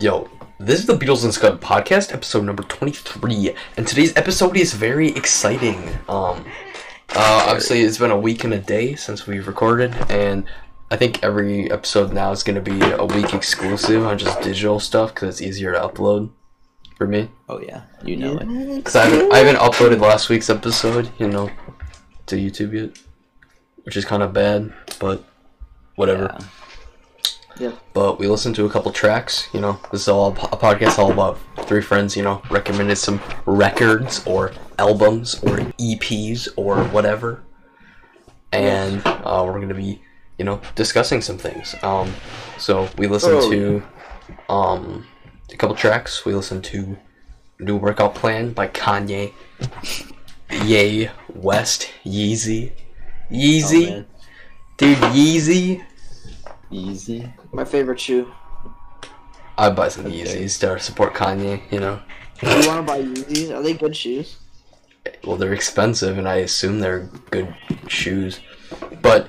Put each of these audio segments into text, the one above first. Yo, this is the Beatles and Scud podcast, episode number 23, and today's episode is very exciting. Um, uh, obviously, it's been a week and a day since we recorded, and I think every episode now is going to be a week exclusive on just digital stuff because it's easier to upload for me. Oh yeah, you know it. Because I haven't, I haven't uploaded last week's episode, you know, to YouTube yet, which is kind of bad, but whatever. Yeah. but we listened to a couple tracks. You know, this is all a po- a podcast all about three friends. You know, recommended some records or albums or EPs or whatever, and uh, we're gonna be, you know, discussing some things. Um, so we listened Oh. to, um, a couple tracks. We listened to "New Workout Plan" by Kanye, Ye West, Yeezy, Oh, Yeezy, man. dude, Yeezy. Easy. My favorite shoe. I'd buy some Okay. Yeezys to support Kanye, you know. You want to buy Yeezys? Are they good shoes? Well, they're expensive, and I assume they're good shoes. But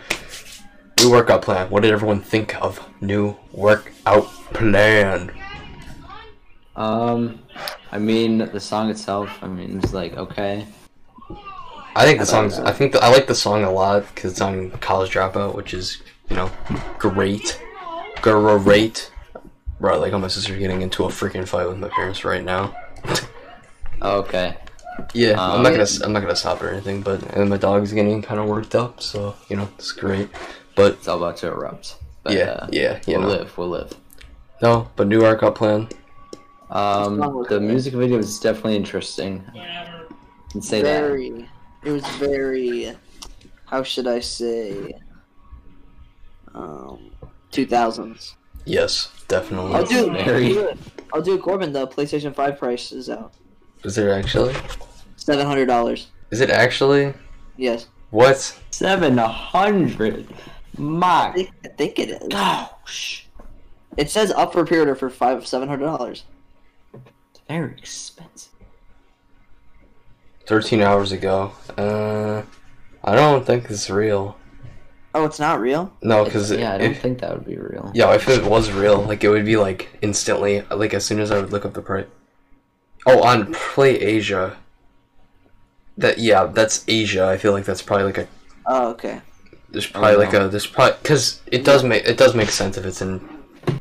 new workout plan. What did everyone think of new workout plan? Um, I mean the song itself. I mean it's like okay. I think the song's. I think the, I like the song a lot because it's on College Dropout, which is you know great, great. Bro, like how my sister's getting into a freaking fight with my parents right now. Okay. Yeah, I'm Um, not gonna I'm not gonna stop or anything, but and my dog's getting kind of worked up, so you know it's great. But It's all about to erupt. But, yeah, uh, yeah, you We'll know. live. We'll live. No, but new arc up plan. Um, the music video is definitely interesting. Can say that. very. It was very. How should I say? Um, two thousands. Yes, definitely. I'll do. it. Very. I'll do it. I'll do it. Corbin. The PlayStation Five price is out. Is it actually? Seven hundred dollars. Is it actually? Yes. What? Seven hundred. I My think, I think it is. gosh. It says up for pre-order for five seven hundred dollars. Very expensive. Thirteen hours ago. Uh, I don't think it's real. Oh, it's not real. No, because yeah, I don't if, think that would be real. yeah, if it was real, like it would be like instantly, like as soon as I would look up the price. Oh, on Play Asia. That yeah, that's Asia. I feel like that's probably like a Oh, okay. There's probably Oh, like a there's probably because it does make it does make sense if it's in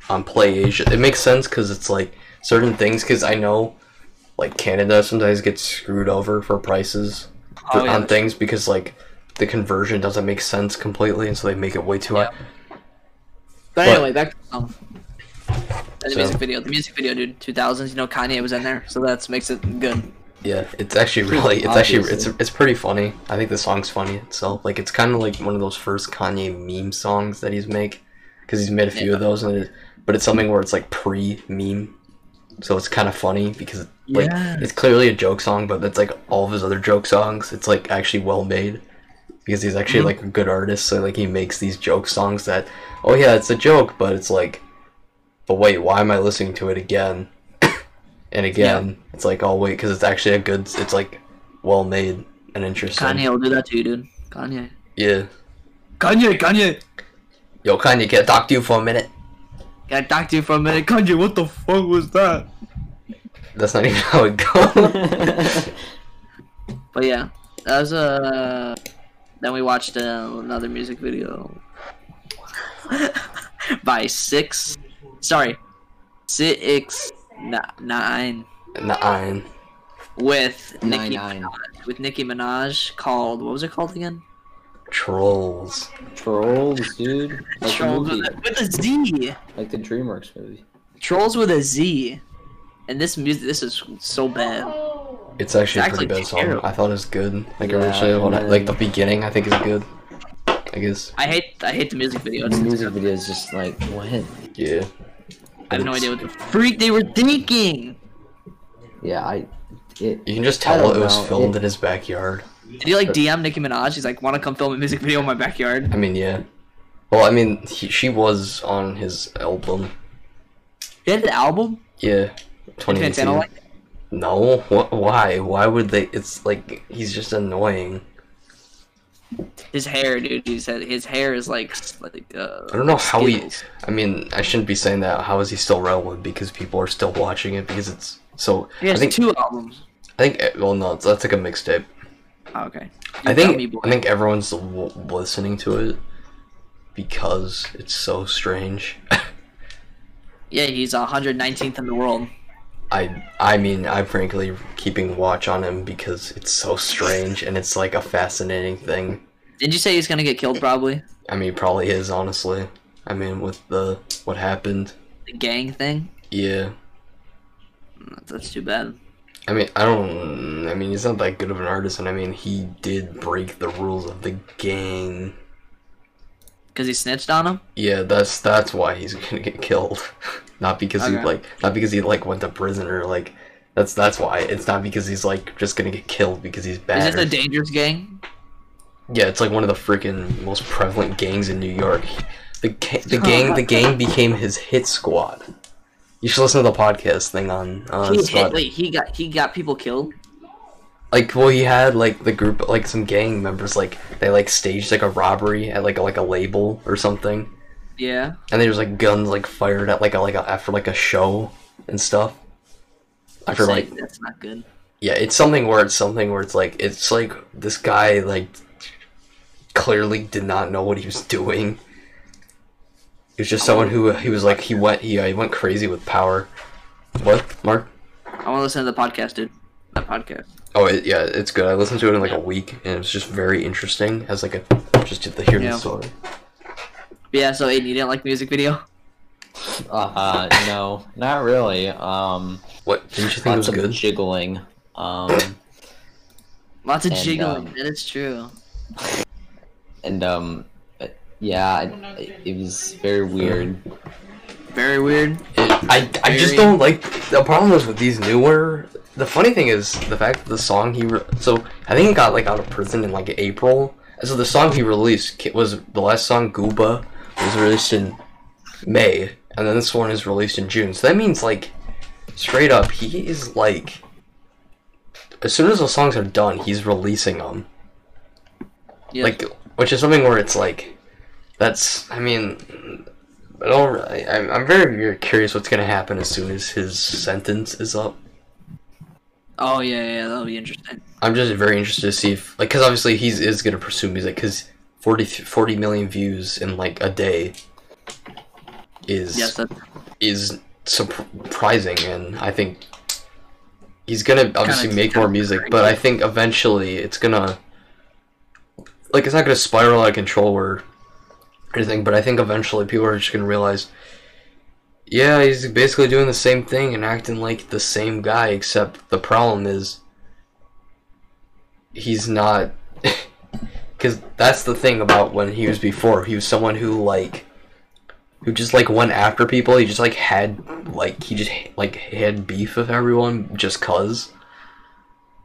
on Play Asia. It makes sense because it's like certain things because I know like Canada sometimes gets screwed over for prices Oh, yeah. on things because like the conversion doesn't make sense completely and so they make it way too high. But But- anyway, back to the song. And the So- music video. The music video, dude. Two thousands. You know, Kanye was in there, so that's makes it good. Yeah, it's actually really it's actually it's Obviously. it's pretty funny. I think the song's funny itself. Like it's kind of like one of those first Kanye meme songs that he's make because he's made a few of those and it, but it's something where it's like pre meme, so it's kind of funny because like it's clearly a joke song, but it's like all of his other joke songs. It's like actually well made because he's actually like a good artist. So like he makes these joke songs that oh yeah it's a joke, but it's like but wait why am I listening to it again? and again it's like oh wait because it's actually a good it's like well made and interesting Kanye will do that to you, dude. Kanye. yeah Kanye, Kanye. yo kanye can i talk to you for a minute Can I talk to you for a minute? Kanye, what the fuck was that? that's not even how it goes But yeah, that was Uh... Then we watched uh, another music video by six. Sorry, six ni- nine Nine. with Nicki Nine, nine. Minaj, with Nicki Minaj called what was it called again? trolls Trolls, dude. Like the Trolls movie, with a, with a Z. like the DreamWorks movie. Trolls with a Z. And this music, this is so bad. it's actually It's a pretty actually bad song terrible. i thought it was good like Yeah, originally when I, man. like the beginning i think is good i guess I hate I hate the music video. The It's- music video is just like what? yeah I have no idea what the freak they were thinking. Yeah, I. It, you can just I tell don't it was know. filmed It- in his backyard Did he like DM Nicki Minaj? He's like, wanna come film a music video in my backyard? i mean yeah well i mean he, she was on his album He had the album? yeah Did 2018 Fantano like it? no what why why would they it's like he's just annoying His hair, dude. He said his hair is like s- like. Uh, I don't know how he- Skittles. I mean, I shouldn't be saying that. How is he still relevant? Because people are still watching it because it's so. He has I think two albums. I think well, no, it's- that's like a mixtape. Oh, okay. I You think got me, boy. I think everyone's l- listening to it because it's so strange. Yeah, he's 119th in the world. I I mean, I'm frankly keeping watch on him because it's so strange and it's like a fascinating thing. Did you say he's gonna get killed? Probably I mean, probably is honestly. I mean, with the what happened, the gang thing. Mm, yeah. That's too bad. I mean, I don't. I mean, he's not that good of an artist, and I mean, he did break the rules of the gang. Cause he snitched on him. Yeah, that's that's why he's gonna get killed. not because he Okay. like, not because he like went to prison or like. That's that's why. It's not because he's like just gonna get killed because he's bad. Is or this a dangerous gang? Yeah, it's like one of the freaking most prevalent gangs in New York. The ca- the gang the gang became his hit squad. You should listen to the podcast thing on uh, he Spot- hit, wait, he got he got people killed. like well he had like the group like some gang members like they like staged like a robbery at like a, like a label or something Yeah. and there's like guns like fired at like a, like a, after like a show and stuff. After Say, like that's not good. yeah it's something where it's something where it's like it's like this guy like clearly did not know what he was doing he was just someone who he was like he went he, uh, he went crazy with power what mark I want to listen to the podcast, dude. That podcast. oh it, yeah it's good i listened to it in like a week and it was just very interesting as like a just to hear Yeah. the story But yeah. So Aiden, you didn't like the music video? Uh, no, not really. Um, what didn't you think it was lots of good jiggling. Um, Lots of And, jiggling. um, that is true. and um, yeah, it, it was very weird. Very weird. I, I just Very- don't like the problem is with these newer the funny thing is the fact that the song he re- so i think he got like out of prison in like april so the song he released ki- was the last song gooba was released in may and then this one is released in june so that means like straight up he is like as soon as the songs are done he's releasing them Yeah. like which is something where it's like that's i mean I don't, I, I'm- I'm very, very curious what's gonna happen as soon as his sentence is up oh yeah, yeah. That'll be interesting. i'm just very interested to see if like because obviously he's is gonna pursue music because 40 40 million views in like a day is Yes. That's is surprising and i think he's gonna obviously Kinda- make more music but i think eventually it's gonna like it's not gonna spiral out of control or anything but i think eventually people are just gonna realize yeah he's basically doing the same thing and acting like the same guy except the problem is he's not because that's the thing about when he was before he was someone who like who just like went after people. He just like had like he just like had beef with everyone just cause.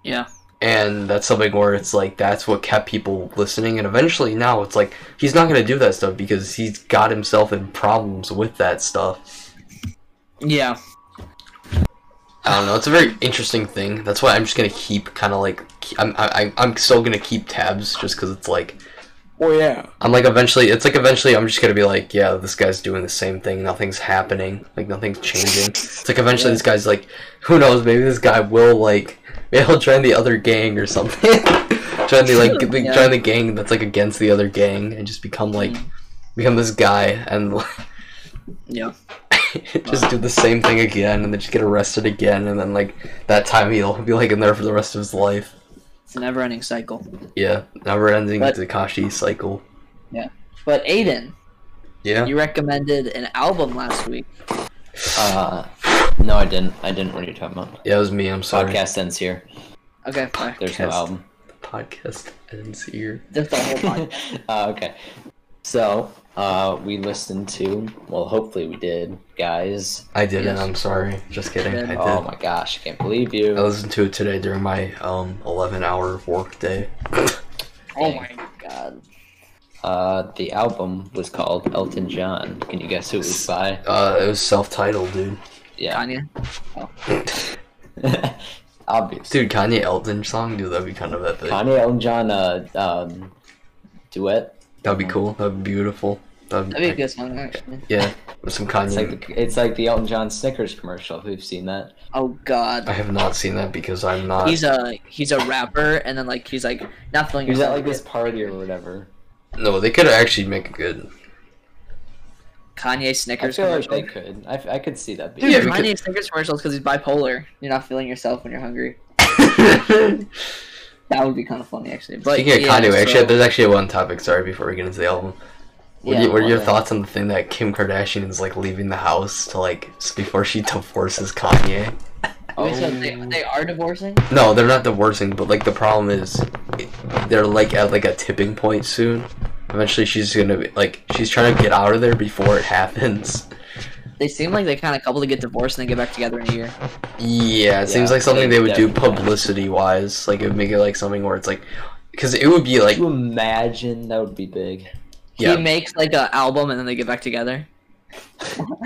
yeah. And that's something where it's like that's what kept people listening. And eventually now it's like he's not gonna do that stuff because he's got himself in problems with that stuff. Yeah. I don't know. It's a very interesting thing. That's why I'm just gonna keep kind of like ke- I'm I, I- I'm still gonna keep tabs just because it's like Oh yeah. I'm like eventually it's like eventually I'm just gonna be like, yeah, this guy's doing the same thing, nothing's happening, like nothing's changing. It's like eventually this guy's like, who knows, maybe this guy will like maybe he'll join the other gang or something. join the like the, Yeah. Mm. join the gang that's like against the other gang and just become like become this guy and Yeah. just do the same thing again and then just get arrested again and then like that time he'll be like in there for the rest of his life. It's a never-ending cycle. Yeah. Never ending But- Takashi cycle. But Aiden, Yeah. you recommended an album last week. Uh, no, I didn't. I didn't. What are you talking about? Yeah, it was me, I'm sorry. Podcast ends here. Okay, fine. There's Podcast. no album. podcast ends here. Just the whole podcast. uh, okay. So, uh, we listened to, well, hopefully we did, guys. I did Yes. not I'm sorry. Just kidding. I did. Oh. Oh my gosh, I can't believe I you. listened to it today during my um 11 hour work day. Oh my god. Uh, the album was called Elton John. Can you guess who it was by? Uh, it was self titled, dude. Yeah. Kanye. Obvious. Dude, Kanye Elton song, dude, that'd be kind of epic. Kanye Elton John, uh, um, duet. That'd be cool. That'd be beautiful. That'd That'd be a good song, actually. Yeah, with some Kanye. It's like the, it's like the Elton John Snickers commercial. If you've seen that, Oh God. I have not seen that because I'm Uh, not. He's a he's a rapper, and then like he's like not feeling. he was at like himself, this party or whatever. No, they could actually make a good. Kanye I Snickers feel like commercial. they could. I, f- I could see that. Dude, Yeah, Being. we Kanye Snickers commercials because he's bipolar. You're not feeling yourself when you're hungry. That would be kind of funny, actually. But Speaking of yeah, Kanye, actually, so- there's actually one topic. Sorry, before we get into the album, what, are Yeah, you- what are your why? thoughts on the thing that Kim Kardashian is like leaving the house to like s- before she divorces Kanye? Wait, so they, they are divorcing? No, they're not divorcing, but like the problem is, it- they're like at like a tipping point soon. Eventually, she's gonna be like she's trying to get out of there before it happens. They seem like they kind of couple to get divorced and then get back together in a year. Yeah, it seems Yeah, like something they they would do definitely- publicity wise. Like it would make it like something where it's like, because it would be like Could you imagine that would be big? yeah, He makes like an album and then they get back together.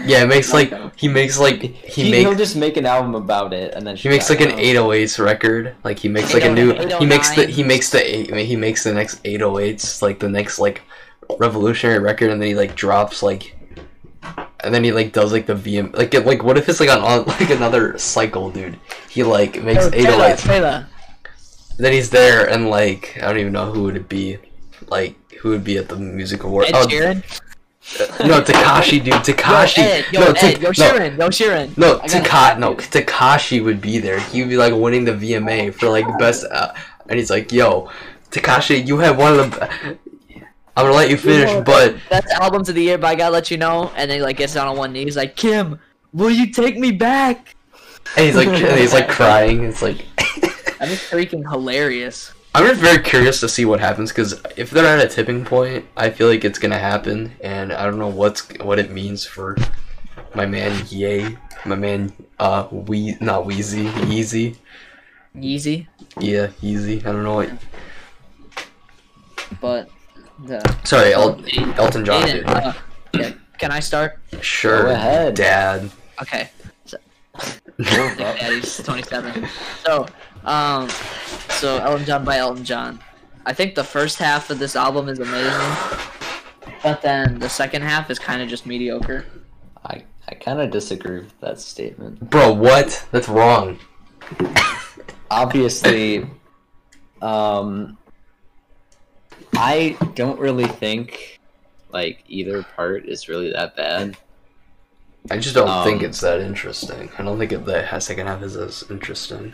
yeah. It makes like Okay. he makes like He, he will makes just make an album about it, and then he makes like an 808s record. Like he makes like a new oh he makes the he makes the eight, I mean, he makes the next 808s like the next like revolutionary record, and then he like drops like. And then he like does like the VM like it, like what if it's like on, on like another cycle, dude? He like makes Yo, Taylor, 808s Taylor. then he's there and like I don't even know who would it be, like who would be at the music award? Ed oh, Sheeran? no, Takashi, dude, Takashi. Yo, Ed, yo, no, Ed, yo, no, Sheeran, yo, Sheeran. no, I gotta Taka, find no, it. Takashi would be there. He'd be like winning the VMA for like best, uh, and he's like, "Yo, Takashi, you have one of the." I'm gonna let you finish, but That's albums of the year, but I gotta let you know. And then he like gets down on one knee. He's like, Kim, will you take me back? and he's like, and he's like crying. It's like, That'd be freaking hilarious. I'm just very curious to see what happens because if they're at a tipping point, I feel like it's gonna happen, and I don't know what's what it means for my man Ye, my man uh we not Wheezy Yeezy, Yeezy, yeah Yeezy. I don't know what. but. Uh, Sorry, El- Elton John. Aiden, Dude. uh, yeah, can I start? Sure, Go ahead. Dad. Okay. Well, Like that, he's 27. So, um, so Elton John by Elton John. I think the first half of this album is amazing, but then the second half is kind of just mediocre. I I kind of disagree with that statement. Bro, what? That's wrong. obviously um i don't really think like either part is really that bad I just don't Um, think it's that interesting. I don't think it, the second half is as interesting.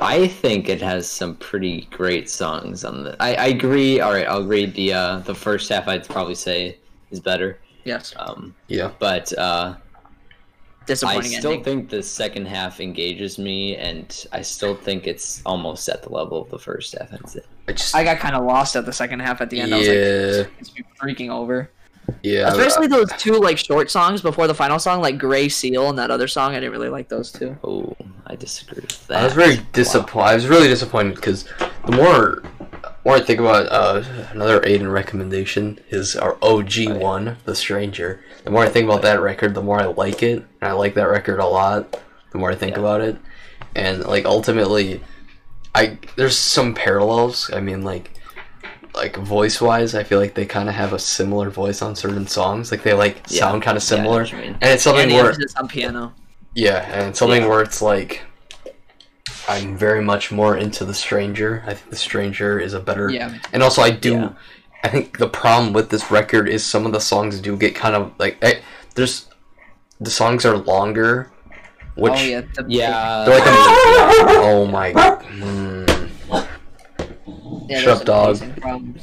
i think it has some pretty great songs on the i, I agree all right i'll agree the uh the first half i'd probably say is better Yes, um Yeah. but uh i disappointing still ending. think the second half engages me and i still think it's almost at the level of the first half that's it I just. I got kind of lost at the second half at the end. I was Yeah. like, it's be freaking over. yeah. I- Especially those two like short songs before the final song, like Gray Seal and that other song. I didn't really like those two. oh i disagree with that I was very Wow. disappointed. I was really disappointed because the more, more I think about uh, another Aiden recommendation is our Oh, OG one, The Stranger. The more I think about that record, the more I like it, and I like that record a lot. The more I think Yeah. about it, and like ultimately, I there's some parallels. I mean, like like voice wise, I feel like they kind of have a similar voice on certain songs. Like they like Yeah. sound kind of Yeah, I know similar, what you mean. and it's something And the where emphasis on piano. yeah, and it's something Yeah. where it's like I'm very much more into the stranger. I think the stranger is a better Yeah. and also I do Yeah. I think the problem with this record is some of the songs do get kind of like I, there's the songs are longer which oh yeah. The, Yeah. they're like a- Oh my mm. yeah shut up, dog. there's amazing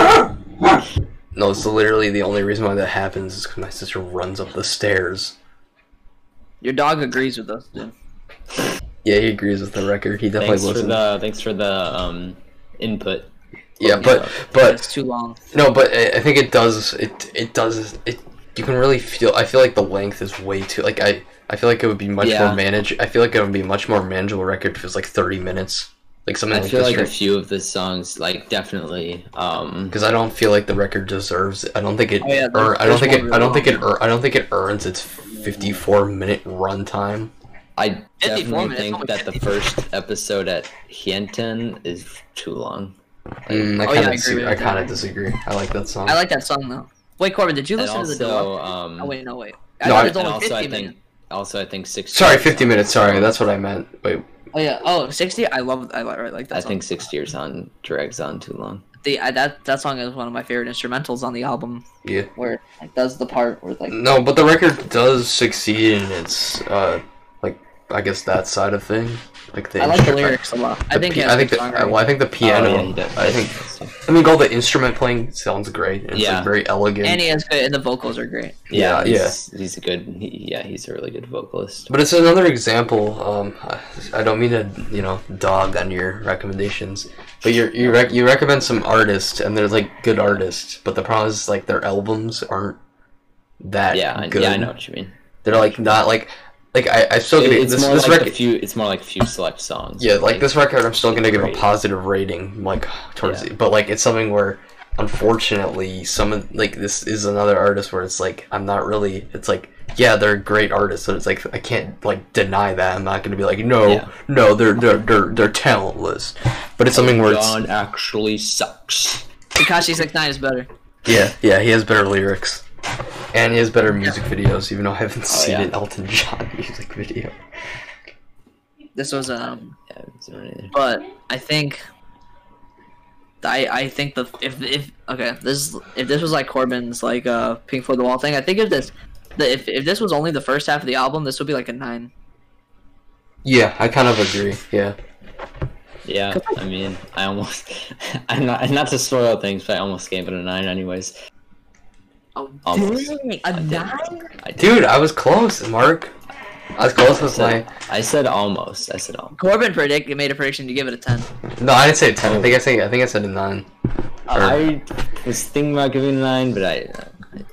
problems. No, it's literally the only reason why that happens is cuz my sister runs up the stairs. Your dog agrees with us, dude. Yeah, he agrees with the record. He definitely thanks for listens. the thanks for the um input. Yeah, but but It's too long. No, but I I think it does. It it does. It you can really feel. I feel like the length is way too. Like I I feel like it would be much Yeah. more manage. I feel like it would be a much more manageable record if it was like thirty minutes. Like something I like feel this. like a Because few of the songs, like definitely, um, I don't feel like the record deserves. I don't think it. Oh, yeah, there's- ear- I don't there's think one it. I really don't think it. long. ear- I don't think it earns its fifty-four minute runtime. I 54 definitely minutes, think only that the 54. first episode at Hienten is too long. Like, Mm, I oh yeah, I kind agree of disagree. with I that. kind of disagree. I like that song. I like that song though. Wait, Corbin, did you And listen to the also, deluxe? um, Oh wait, no wait. I No, thought I- it's and only also 50 I minutes. think, also I think sixty. Sorry, 50 minutes. Sorry, that's what I meant. Wait, Oh yeah. Oh, 60? I love. I like, I like that. I song. think sixty years on drags on too long. the I, that that song is one of my favorite instrumentals on the album. yeah. Where it like, does the part where like No, but the record does succeed in its, uh, like I guess that side of thing. Like the I like the instru- lyrics a lot. I think pi- it I has think good the, I- well, I think the piano. Oh, yeah, he does. I think I think all the instrument playing sounds great. It's Yeah. like very elegant. songwriting. and he has good, and the vocals are great. Yeah, Yeah, he's, he's a good. He, yeah, he's a really good vocalist. But it's another example. Um, I, I don't mean to, you know, dog on your recommendations, but you you rec- you recommend some artists, and they're like good artists. But the problem is like their albums aren't that yeah, I- good. yeah, I know what you mean. They're like not like like I I still It- give it, it's this more this like rec- a few. It's more like a few select songs. yeah like this record I'm still gonna give a Great. positive rating like towards Yeah. it, but like it's something where unfortunately some of like this is another artist where it's like I'm not really it's like yeah they're great artists but it's like I can't like deny that I'm not gonna be like no Yeah. Oh, no they're they're they're they're talentless but it's something where it's John actually sucks. Takashi Six Nine is better. yeah yeah he has better lyrics. And he has better music videos, even though I haven't seen Oh, yeah. an Elton John music video. This was um, Yeah, it's not either. but I think. I, I think the if if okay this if this was like Corbin's like uh Pink Floyd the Wall thing I think if this the, if if this was only the first half of the album this would be like a nine Yeah, I kind of agree. Yeah. Yeah, I mean, I almost, I'm not, not to spoil things, but I almost gave it a nine, anyways. oh Almost. dang, I a did. nine I did. Dude, I was close, Mark. I was close I with my. said, I said almost. I said almost. Corbin predict made a prediction to give it a ten No, I didn't say ten. I Oh. think I say I think I said a nine. I was thinking about giving it a nine, but I,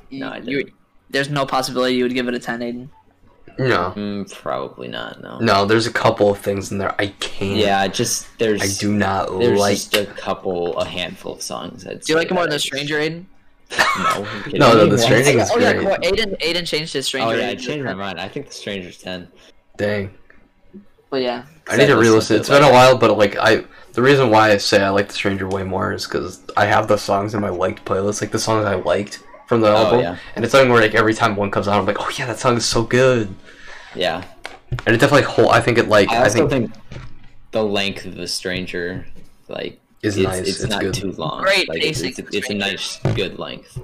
no, I You- didn't. there's no possibility you would give it a 10, Aiden. No, Mm, probably not. No. no. There's a couple of things in there I can't. Yeah, just there's. I do not There's like. just a couple, a handful of songs. I'd Do you say like it more that than I The just- Stranger, Aiden? No. are you kidding No, no, me? The What? Stranger is oh, yeah, great. Cor- Aiden, Aiden changed his Stranger. Oh yeah, I rating to changed my 10. mind. I think The Stranger's ten. Dang, But yeah, I need to Exactly, re-listen. so It's like- been a while, but like I, the reason why I say I like The Stranger way more is because I have the songs in my liked playlist, like the songs I liked from the album, Oh, yeah. and it's something where like every time one comes out, I'm like, oh yeah, that song is so good, Yeah. and it definitely whole. I think it like I I, also think, think the length of The Stranger, like, is it's, nice. it's, It's, not good. too long. Great Like, it's, basic it's, it's a nice, good length.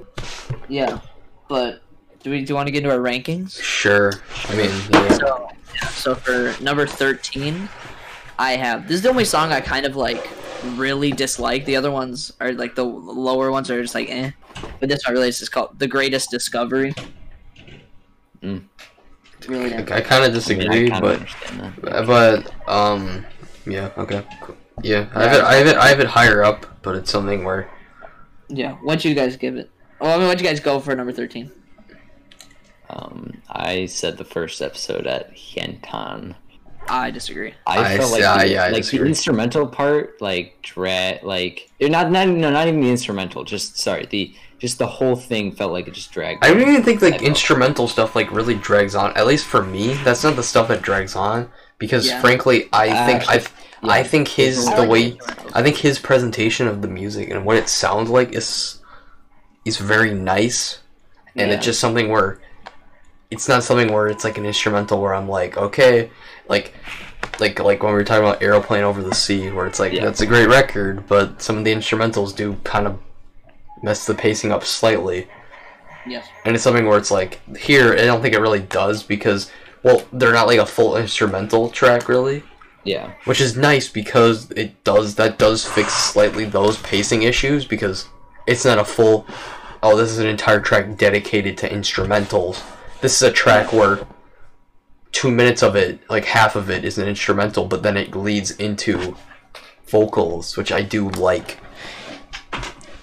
yeah. But do we do you want to get into our rankings? Sure. I mean, yeah. So, yeah, so for number 13, I have this is the only song I kind of like really dislike. The other ones are like the lower ones are just like eh. But this one really is just called The Greatest Discovery. Mm. Really, I, didn't- kind of I mean, I disagree, kinda but understand that. But um, yeah, okay, cool. yeah. I have it, I have it, I have it higher up, but it's something where yeah. What'd you guys give it? Well, I mean, what'd you guys go for number 13? Um, I said the first episode at Hentan. I disagree. I, I felt like, see- I- the, yeah, I like the disagree. instrumental part, like dra like or not, not no, not even the instrumental. Just sorry, the just the whole thing felt like it just dragged. I don't even think like I know. instrumental stuff like really drags on. At least for me, that's not the stuff that drags on because Yeah. frankly, I I think I actually- I think his I the like way instrumentals. I think his presentation of the music and what it sounds like is is very nice, and Yeah. it's just something where it's not something where it's like an instrumental where I'm like okay, like like like when we were talking about aeroplane over the sea where it's like Yeah. that's a great record but some of the instrumentals do kind of mess the pacing up slightly Yes. and it's something where it's like here i don't think it really does because well they're not like a full instrumental track really yeah, which is nice because it does that does fix slightly those pacing issues because it's not a full oh this is an entire track dedicated to instrumentals this is a track where two minutes of it like half of it is an instrumental but then it leads into vocals which i do like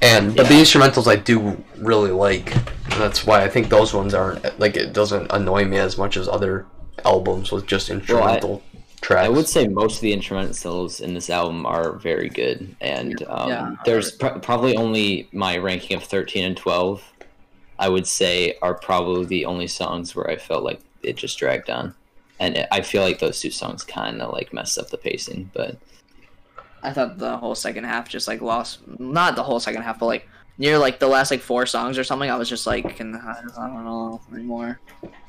and but the instrumentals i do really like and that's why i think those ones aren't like it doesn't annoy me as much as other albums with just instrumental tracks I would say most of the instrumentals in this album are very good, and um, Yeah. there's pr- probably only my ranking of thirteen and twelve. I would say are probably the only songs where I felt like it just dragged on, and I feel like those two songs kind of like messed up the pacing, but. I thought the whole second half just like lost. Not the whole second half, but like near like the last like four songs or something. I was just like, can, I don't know anymore.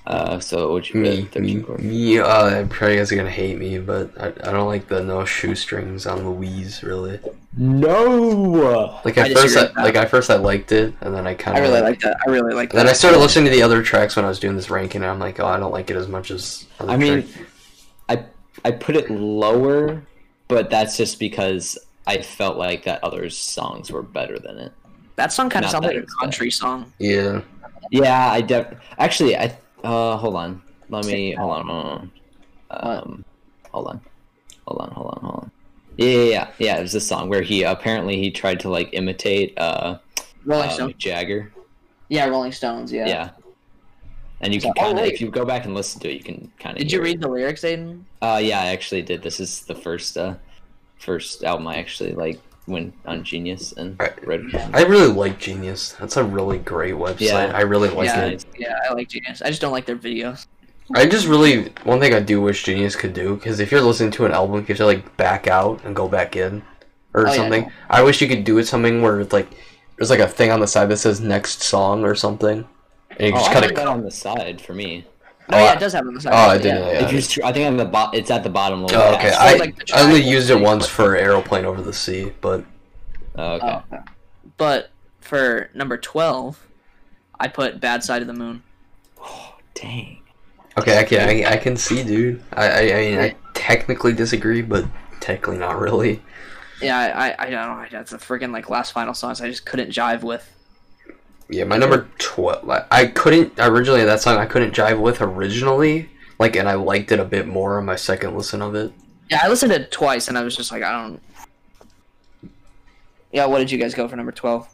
Uh, so what you Me, put? me, 13 chords. me, uh, I'm probably you guys are gonna hate me, but I, I don't like the no shoestrings on Louise really. No. Like I at first, disagree I, with that. like at first I liked it, and then I kind I of really like that. I really like that. Uh, Then I started listening to the other tracks when I was doing this ranking, and I'm like, oh, I don't like it as much as. Other I mean, tracks. I I put it lower, but that's just because I felt like that other songs were better than it. That song kind of Not sounds like better, a but- country song. yeah, Yeah, I def actually I uh hold on. Let me hold on. Hold on. Um hold on. Hold on, hold on, hold on. Yeah, yeah, yeah. Yeah, it was this song where he apparently he tried to like imitate uh, Rolling Um, uh Stones. Mick Jagger. Yeah, Rolling Stones. Yeah. Yeah. And you So- can oh, kind of, wait. if you go back and listen to it, you can kind of. Did you read the lyrics, Aiden? Uh, yeah, I actually did. This is the first, uh, first album I actually like went on Genius and Alright. read. I really like Genius. That's a really great website. Yeah. I really like yeah, it. it. yeah, I like Genius. I just don't like their videos. I just really one thing I do wish Genius could do because if you're listening to an album, you have to like back out and go back in or Oh, yeah, something. I wish you could do it something where it's like there's like a thing on the side that says next song or something, and you Oh, just I kind put of that on the side for me. No, Oh, yeah, I- it does have on the side. oh I yeah. didn't know If yeah. you, str- I think on the bot, it's at the bottom. Little Oh, okay. tab. I, like the I only triangle used it thing, once but- for aeroplane over the sea, but Oh, okay. Oh, okay. But for number twelve, I put Bad Side of the Moon. Dang. okay, I can I, I can see, dude. I I, I mean I technically disagree, but technically not really. Yeah, I, I, I don't know. That's the freaking like last final songs. I just couldn't jive with. Yeah, my number twelve. I, I couldn't originally that song. I couldn't jive with originally. Like, and I liked it a bit more on my second listen of it. Yeah, I listened to it twice, and I was just like, I don't. Yeah, what did you guys go for number twelve?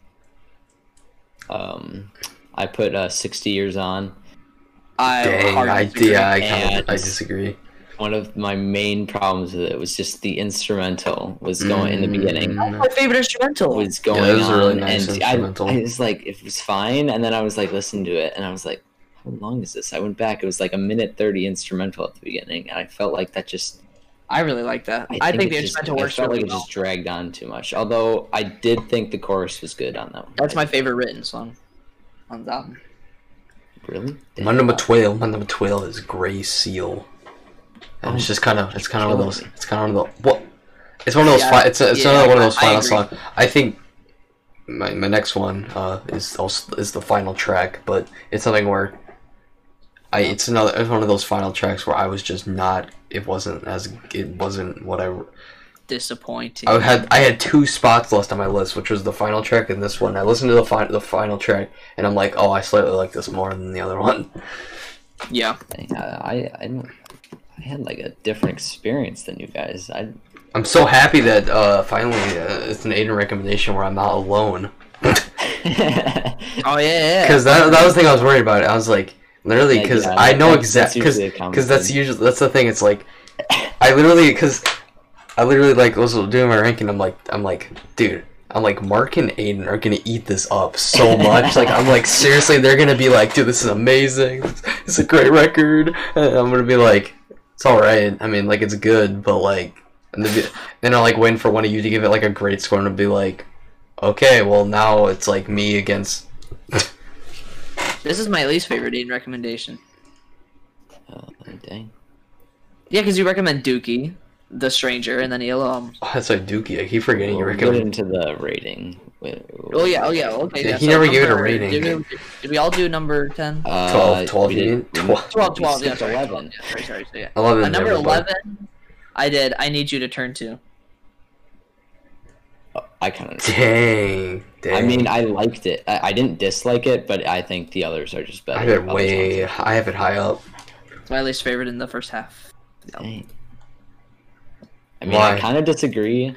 Um, I put uh, 60 years on. I Dang, hardly I disagree. yeah, I, kinda, And- I disagree. One of my main problems with it was just the instrumental was going in the beginning. That's my favorite instrumental. was going that Mm. was a on, really nice and I, instrumental. I was like, it was fine, and then I was like, listening to it, and I was like, how long is this? I went back; it was like a minute thirty instrumental at the beginning, and I felt like that just. I really like that. I, think, it the just- instrumental works I felt really like it well. just dragged on too much. Although I did think the chorus was good on that one. That's I- my favorite written song on the album. really. My number twelve. My number twelve is Gray Seal, and it's Oh, just kind of it's kind of one of those. killing It's kind of one of the what. It's one of those. Yeah, fi- it's a, it's yeah, another one of those I final agree. songs. I think my, my next one uh, is also, is the final track, but it's something where I it's another it's one of those final tracks where I was just not. It wasn't as it wasn't what I Disappointing. I had I had two spots left on my list, which was the final track and this one. I listened to the fi- the final track, and I'm like, oh, I slightly like this more than the other one. Yeah. Dang, I I, I, don't, I had like a different experience than you guys. I I'm so happy that uh, finally uh, it's an Aiden recommendation where I'm not alone. Oh yeah, yeah. yeah. Because that, that was the thing I was worried about. I was like, literally, Yeah, because yeah, I that- know that's- that's exactly. usually a common Because that's thing. usually that's the thing. It's like I literally because I literally like was doing my ranking. I'm like I'm like dude. I'm like Mark and Aiden are gonna eat this up so much. like I'm like seriously, they're gonna be like, dude, this is amazing. It's a great record. And I'm gonna be like, it's all right. I mean, like it's good, but like, and then be- then I'll like waiting for one of you to give it like a great score and it'll be like, okay, well now it's like me against This is my least favorite Aiden recommendation. oh, dang. Yeah, because you recommend Dookie, The Stranger, and then ELO. Um, Oh, that's like Dookie. I keep forgetting you We'll get recommend. into the rating. Wait, wait, oh yeah, oh yeah, okay. Yeah, yeah, he never gave it a number- rating. Did we, did we all do number ten? Uh, 12, 12, we you did- mean? 12. 12, we 12, yeah, skipped sorry, 11. Yeah, sorry, sorry, sorry, yeah. Eleven. Uh, number never mind. eleven, I did. I need you to turn to. I kind of. Dang. Dang. I mean, I liked it. I, I didn't dislike it, but I think the others are just better. I have it Others way. ones I have it high up. It's my least favorite in the first half. are- Dang. I mean, Why? I kind of disagree.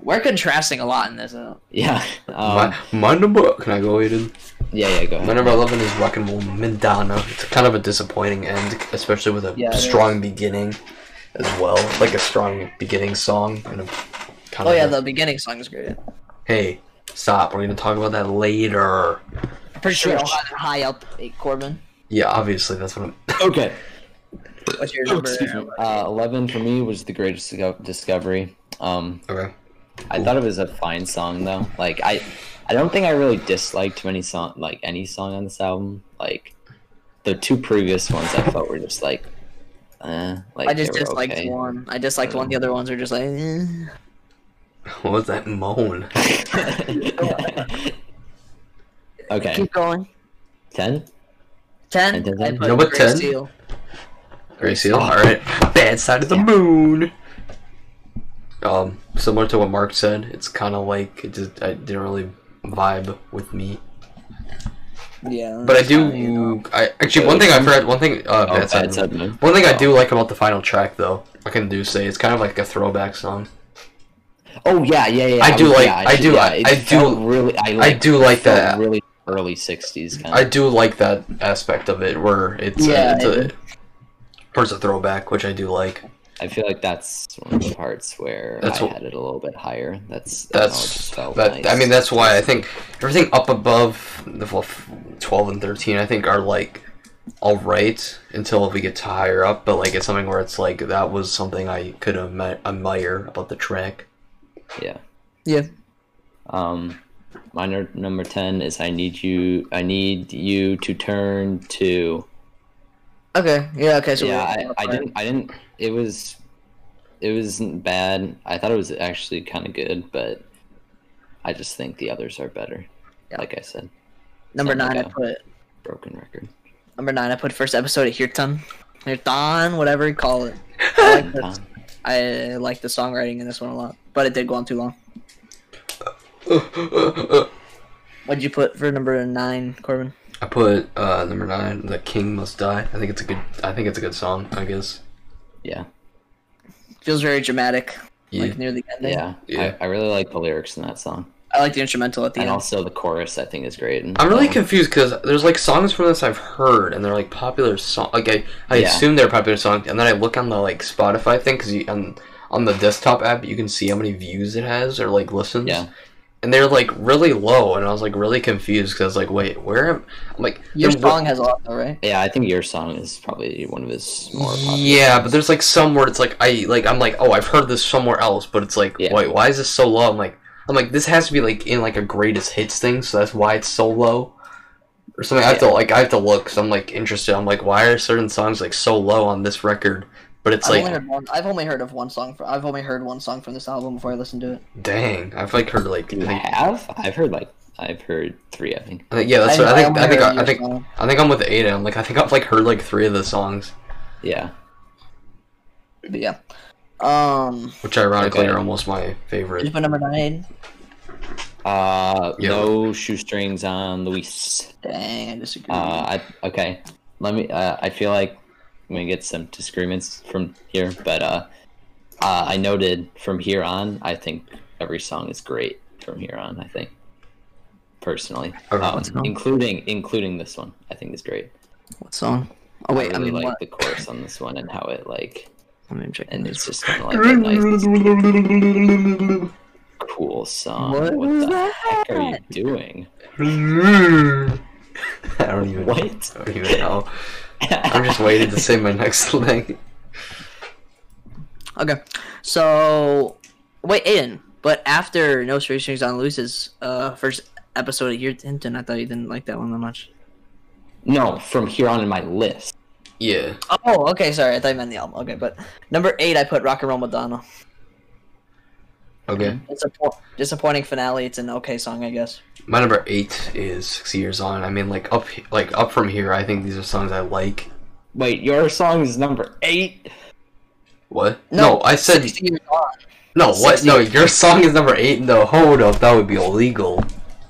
We're contrasting a lot in this. Uh, Yeah. Um, my, my number. Can I go Aiden? yeah, yeah, go My ahead. number eleven is Rock and Roll Madonna. It's kind of a disappointing end, especially with a Yeah, it is. strong beginning, as well. Like a strong beginning song and a kind oh of. yeah, a- the beginning song is great. Hey, stop. We're gonna talk about that later. Pretty sure we all Sure. had it high up, eh, Corbin. Yeah, obviously that's what I'm. Okay. What's your Oh, number? excuse me. Uh, 11 for me was the greatest disco- discovery. Um, Okay. I thought it was a fine song though. Like I, I don't think I really disliked many song like any song on this album. Like the two previous ones I felt were just like, eh, like I just they were disliked okay. Um, one. I disliked one. The other ones are just like. eh. What was that moan? okay, Keep going. ten. I Ten. did I that. put Number Grace 10. Seal. Grace Seal. All right. Bad side of the moon. Um, similar to what Mark said, it's kind of like it just I didn't really vibe with me. Yeah. But I that's do. kinda, you know. I actually one thing I forgot. One thing. Uh, Oh, bad side. bad of the side moon. One thing I do like about the final track, though, I can do say it's kind of like a throwback song. Oh yeah, yeah, yeah. I do was- like- yeah, I do- Yeah, I- it I do- felt really. I, I like, do like felt that. Really early '60s kind I of. do like that aspect of it where it's Yeah, a, it's I a, or it's a throwback, which I do like. I feel like that's one of the parts where That's I what- had it a little bit higher. That's I don't know, it That's just felt that. I nice. mean, that's why I think everything up above the well, twelve and thirteen, I think, are like all right until we get to higher up. But like, it's something where it's like that was something I could admi- admire about the track. yeah. Yeah. Um, my nu- number ten is I need you. I need you to turn to. Okay. Yeah. Okay. So we- yeah, I, I didn't. I didn't. It was. It wasn't bad. I thought it was actually kind of good, but I just think the others are better. Yeah. Like I said, Number Something nine. I go. put broken record. number nine. I put first episode of Hirton. Hirton, whatever you call it. I like Um, this. I like the songwriting in this one a lot, but it did go on too long. What'd you put for number nine, Corbin? I put uh, number nine, "The King Must Die." I think it's a good. I think it's a good song. I guess. yeah. Feels very dramatic, Yeah. like near the ending. Yeah, Yeah. I, I really like the lyrics in that song, I like the instrumental at the and end. also the chorus. I think is great. And, I'm really um, confused because there's like songs from this I've heard, and they're like popular song. Like I, I Yeah. assume they're popular songs, and then I look on the like Spotify thing because on on the desktop app you can see how many views it has or like listens. Yeah. And they're like really low, and I was like really confused because I was like, wait, where am I'm like Your then wh- song has a lot, though, right? yeah, I think your song is probably one of his more. Popular. Yeah, but there's like some where it's like I like I'm like oh I've heard this somewhere else, but it's like Yeah. wait why is this so low? I'm like I'm like this has to be like in like a greatest hits thing, so that's why it's so low or something. I have to like I have to look because I'm like interested. I'm like why are certain songs like so low on this record? But it's I've like only heard one. I've only heard of one song. For, I've only heard one song from this album before I listened to it. dang, I've like heard like, Do you like have? I've heard like I've heard three. I think. I think- yeah that's what I think only I think heard I, I your think uh, song. I think I'm with Ada. I'm like I think I've like heard like three of the songs, Yeah. But yeah. Um, which ironically Okay. are almost my did you favorite. put number nine? Uh, Yeah. no shoestrings on Luis. Dang, I disagree. Uh, I okay. Let me. Uh, I feel like I'm gonna get some disagreements from here, but uh, uh, I noted from here on, I think every song is great from here on. I think personally, Okay. um, including including this one, I think is great. what song? Oh wait, I, I really mean like what? the chorus on this one and how it like, Let me check. and it's just kind of like a nice cool song. What was the that? heck are you doing? I don't even. What? I don't even know. I'm just waiting to say my next thing. Okay, so wait, Aiden. But after No Restrictions on Luce's uh, first episode of Your Hinton, I thought you didn't like that one that much. no, from here on in my list. Yeah. Oh, okay, sorry. I thought you meant the album. Okay, but number eight, I put Rock and Roll Madonna. Okay. Disappo- disappointing finale. It's an okay song, I guess. My number eight is six years on. I mean, like up, like up from here. I think these are songs I like. Wait, your song is number eight. What? No, No, I said 60 years on. no. What? No, your song is number eight. No, hold up, that would be illegal.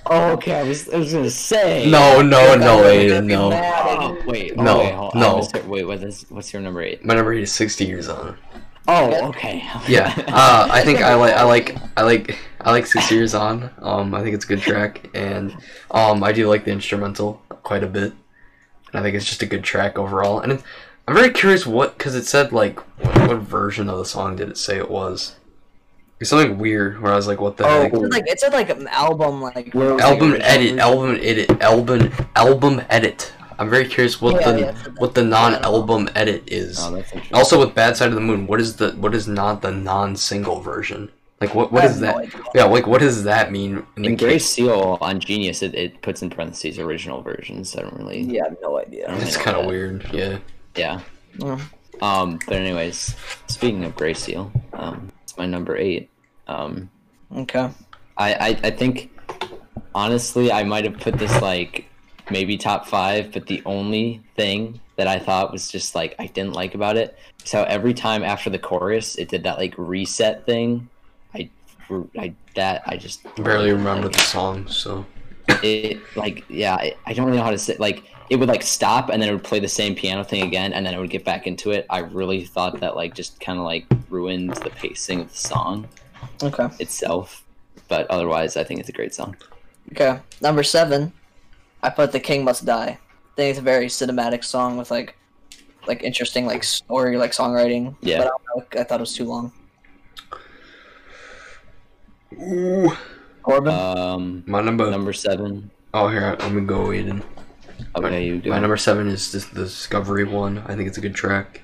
Oh, okay, I was, I was gonna say. No, no, Oh, no, Aiden, You're gonna be no. mad at Oh, wait, oh, No, wait, hold on, no. what's your- Wait, what is, what's your number eight? My number eight is sixty years on. Oh, okay. Yeah. Uh, I think I like I like I like I like six years on. Um, I think it's a good track, and um, I do like the instrumental quite a bit. And I think it's just a good track overall. And it, I'm very curious what because it said like what, what version of the song did it say it was? It's something weird where I was like, what the heck? It said like it said like an album like Where- like, Album original edit, version. album edit, album album edit. I'm very curious what Yeah, the yeah, so what the non-album edit is. Oh, that's interesting. also with Bad Side of the Moon, what is the what is not the non-single version? Like what? What I is have no that? idea. yeah, like what does that mean? In In the Gary case, Seal on Genius, it, it puts in parentheses original versions. I don't really. Yeah, I have no idea. Mm, it's know kind of that. weird. Yeah. Yeah. Um. But anyways, speaking of Gray Seal, um, it's my number eight. Um, Okay. I, I, I think honestly I might have put this like maybe top five, but the only thing that I thought was just like I didn't like about it is how every time after the chorus it did that like reset thing. I, I that I just Barely remember like, the song, so it. Like yeah, I, I don't really know how to say like it would like stop and then it would play the same piano thing again and then it would get back into it. I really thought that like just kind of like ruined the pacing of the song Okay. itself. But otherwise, I think it's a great song. Okay. Number seven, I put "The King Must Die." I think it's a very cinematic song with like, like interesting like story, like songwriting. Yeah. But I, don't know, I thought it was too long. Ooh. Corbin. Uh, Um, my number. number seven. Oh, here let me go, Aiden. Okay, you go. My number seven is just the Discovery one. I think it's a good track.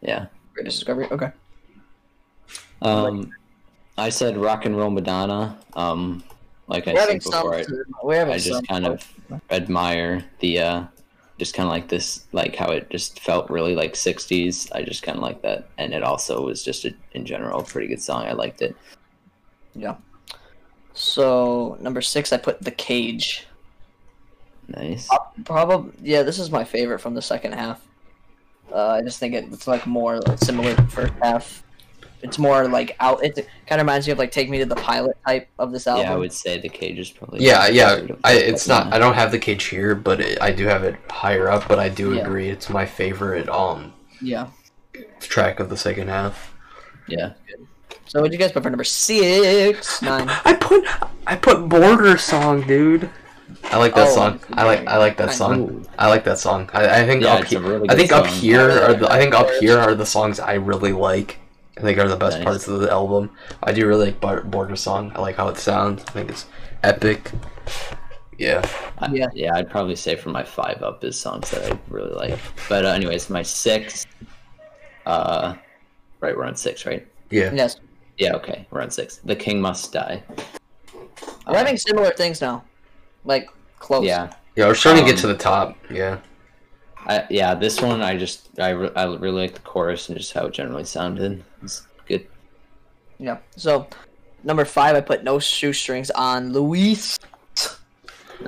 yeah. Greatest discovery. Okay. Um, I said rock and roll Madonna. Um, like I We're said having some. before, I, We're having I some. just kind of admire the, uh, just kind of like this, like how it just felt really like '60s. I just kind of like that, and it also was just a, in general a pretty good song. I liked it. Yeah. So number six, I put "The Cage." Nice. Probably. Yeah, this is my favorite from the second half. Uh, I just think it, it's like more like, similar to the first half. It's more like out. It kind of reminds me of like "Take Me to the Pilot" type of this album. Yeah, I would say the cage is probably. Yeah, yeah. I, it's not. I don't have the cage here, but it, I do have it higher up. But I do Yeah. agree, it's my favorite um Yeah. track of the second half. yeah. So what do you guys put for number six? Nine. I put I put border song, dude. I like that Oh, song. I like I like that song. I like that song. I, I think Yeah, up it's a here. really I good think up song. here I are really the, I think up here are the songs I really like. I think are the best Nice. parts of the album. I do really like Bar- border song. I like how it sounds. I think it's epic. Yeah. I- Yeah. yeah, I'd probably say for my five up is songs that I really like. But uh, anyways, my six, uh, right, we're on six, right? Yeah. Yes. Yeah, okay, we're on six. The King Must Die. We're having similar things now. Like close. Um, Yeah, Yeah, we're trying to get Um, to the top. Yeah. I, yeah, this one I just I, re- I really like the chorus and just how it generally sounded. It's good. Yeah. So number five I put no shoestrings on Luis.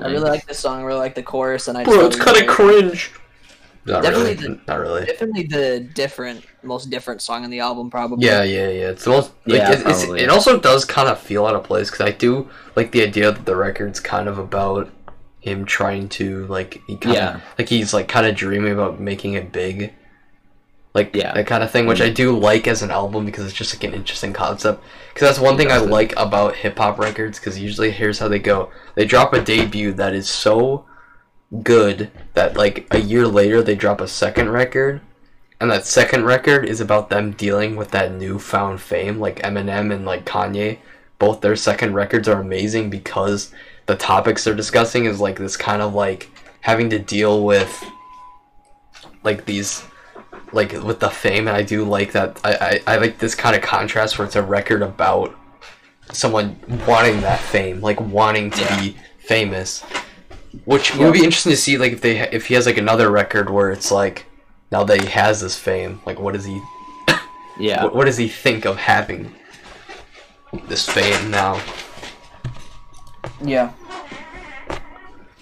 I really like this song, I really like the chorus and I just Bro, thought it's it was kind of very- cringe. Not Definitely really. the- Not really. definitely the different most different song in the album probably. Yeah, yeah, yeah. It's the most. Like, Yeah, it, it's, probably. it also does kind of feel out of place because I do like the idea that the record's kind of about him trying to like he kind of Yeah. like he's like kind of dreaming about making it big, like Yeah. that kind of thing, which I do like as an album because it's just like an interesting concept. Because that's one thing I like about hip hop records. Because usually here's how they go: they drop a debut that is so good that like a year later they drop a second record and that second record is about them dealing with that newfound fame like eminem and like kanye both their second records are amazing because the topics they're discussing is like this kind of like having to deal with like these like with the fame and i do like that i i, I like this kind of contrast where it's a record about someone wanting that fame like wanting to be famous which would be interesting to see like if they ha- if he has like another record where it's like now that he has this fame like what does he Yeah, what, what does he think of having this fame now Yeah.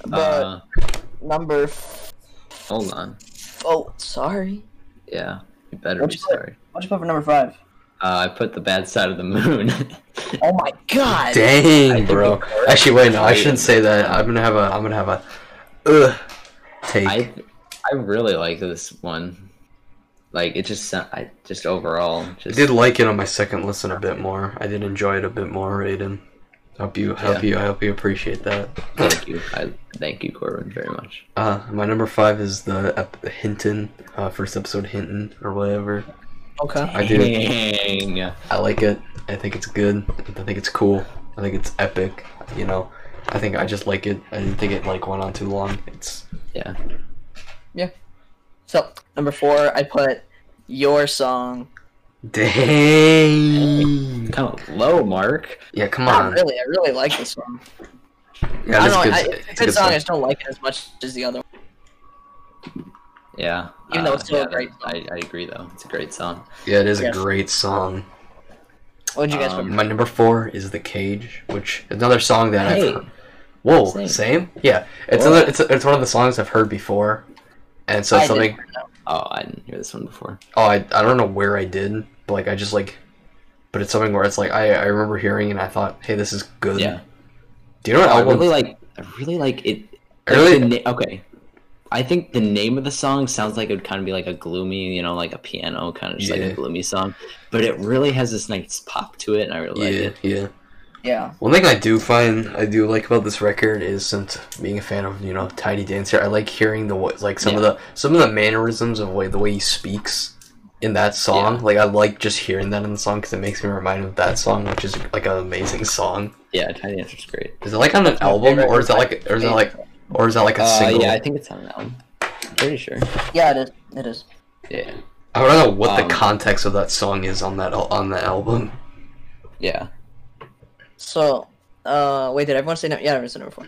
But uh, number f- hold on. oh sorry. Yeah, you better What'd be you put? sorry. What'd you put for number five? Uh, I put the bad side of the moon. Oh my god. dang think bro the chorus actually wait no i is shouldn't say that i'm gonna have a i'm gonna have a ugh take I I really like this one. Like it just sound- I just overall I just did like it on my second listen a bit more. I did enjoy it a bit more, Aiden. Hope you, hope you, I hope you appreciate that. thank you. I thank you, Corbin, very much. Uh, my number five is the ep- Hinton, uh, first episode Hinton or whatever. Okay. I do, Dang. I like it. I think it's good. I think it's cool. I think it's epic. You know, I think I just like it. I didn't think it like went on too long. It's Yeah. So number four I put your song Dang. Kind of low, Mark. Yeah, come Not on. really. I really like this song. Yeah, I that's don't good. know. I, it's it's a a good good song. I song. just don't like it as much as the other one. Yeah. Even though it's still a great I, I agree, though. It's a great song. Yeah, it is a Yes. great song. What'd you guys Um, put? My number four is The Cage, which is another song that Hey. I've heard. Whoa, Same. same? Yeah, it's Whoa. another, it's, it's one of the songs I've heard before, and so it's I didn't something. Oh, I didn't hear this one before. Oh, I, I don't know where I did, but like I just like, but it's something where it's like I, I remember hearing and I thought, hey, this is good. Yeah. Do you know what I album? really like. I really like it. I like really- the na- okay. I think the name of the song sounds like it would kind of be like a gloomy, you know, like a piano kind of just like Yeah. a gloomy song, but it really has this nice pop to it, and I really like yeah, it. yeah. Yeah. One thing I do find I do like about this record is since being a fan of you know Tiny Dancer, I like hearing the wa- like some of the some of the mannerisms of way the way he speaks in that song. Like I like just hearing that in the song because it makes me remind of that song, which is like an amazing song. Yeah, Tiny Dancer's great. Is it like on an album or is that like or is that like or is that like a Uh, single? yeah, I think it's on an album. Pretty sure. Yeah, it is. It is. Yeah, I don't know what Um, the context of that song is on that al- on the album. yeah. So, uh, wait, did everyone say no? Yeah, everyone said number four.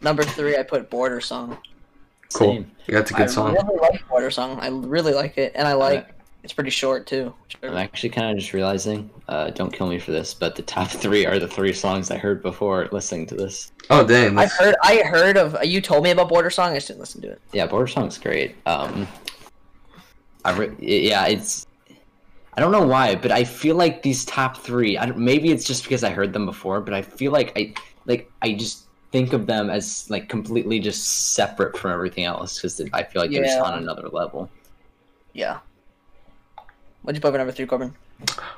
Number three, I put Border Song. Cool. Same. Yeah, it's a I good song. really like Border Song. I really like it, and I like it's pretty short too. I'm actually kind of just realizing. Uh, don't kill me for this, but the top three are the three songs I heard before listening to this. Oh dang! I've that's- heard. I heard of. You told me about Border Song. I just didn't listen to it. Yeah, border song's great. Um, I re- yeah, it's. I don't know why, but I feel like these top three. I don't, maybe it's just because I heard them before, but I feel like I like I just think of them as like completely just separate from everything else because I feel like they're just Yeah. on another level. Yeah. What'd you put for number three, Corbin?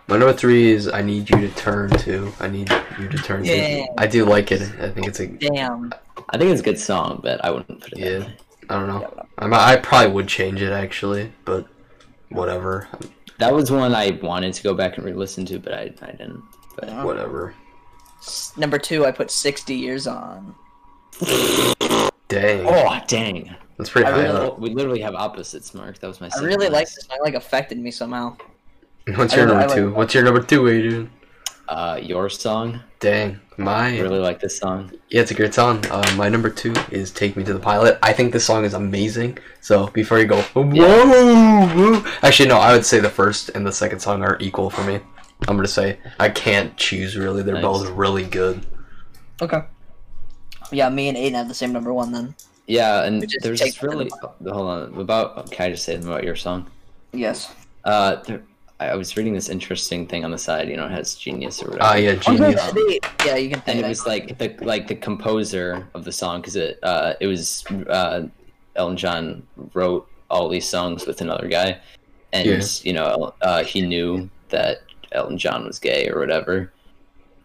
My number three is I need you to turn to. I need you to turn Yeah. to. I do like it. I think it's a. Damn. I think it's a good song, but I wouldn't put it. that Yeah. high. I don't know. I'm, I probably would change it actually, but whatever. that was one I wanted to go back and re-listen to, but I I didn't. But Yeah. Whatever. S- Number two, I put sixty years on. Dang. oh dang! That's pretty I high really- up. We literally have opposites, Mark. That was my. I second really like last. this. song. It like affected me somehow. What's I your really- number I two? like- What's your number two, Aiden? uh, your song. Dang. My. I really like this song. Yeah, it's a great song. Uh, my number two is "Take Me to the Pilot." I think this song is amazing. So before you go, whoa, whoa. actually no, I would say the first and the second song are equal for me. I'm gonna say I can't choose really. They're Nice. both really good. Okay. Yeah, me and Aiden have the same number one then. Yeah, and We just there's take this really hold on about. Can I just say something about your song? Yes. Uh, there, I I was reading this interesting thing on the side. You know, it has genius or whatever. Ah, yeah, genius. Yeah, you can and think it was like the like the composer of the song because it uh it was uh Elton John wrote all these songs with another guy, and Yeah. you know uh, he knew that Elton John was gay or whatever,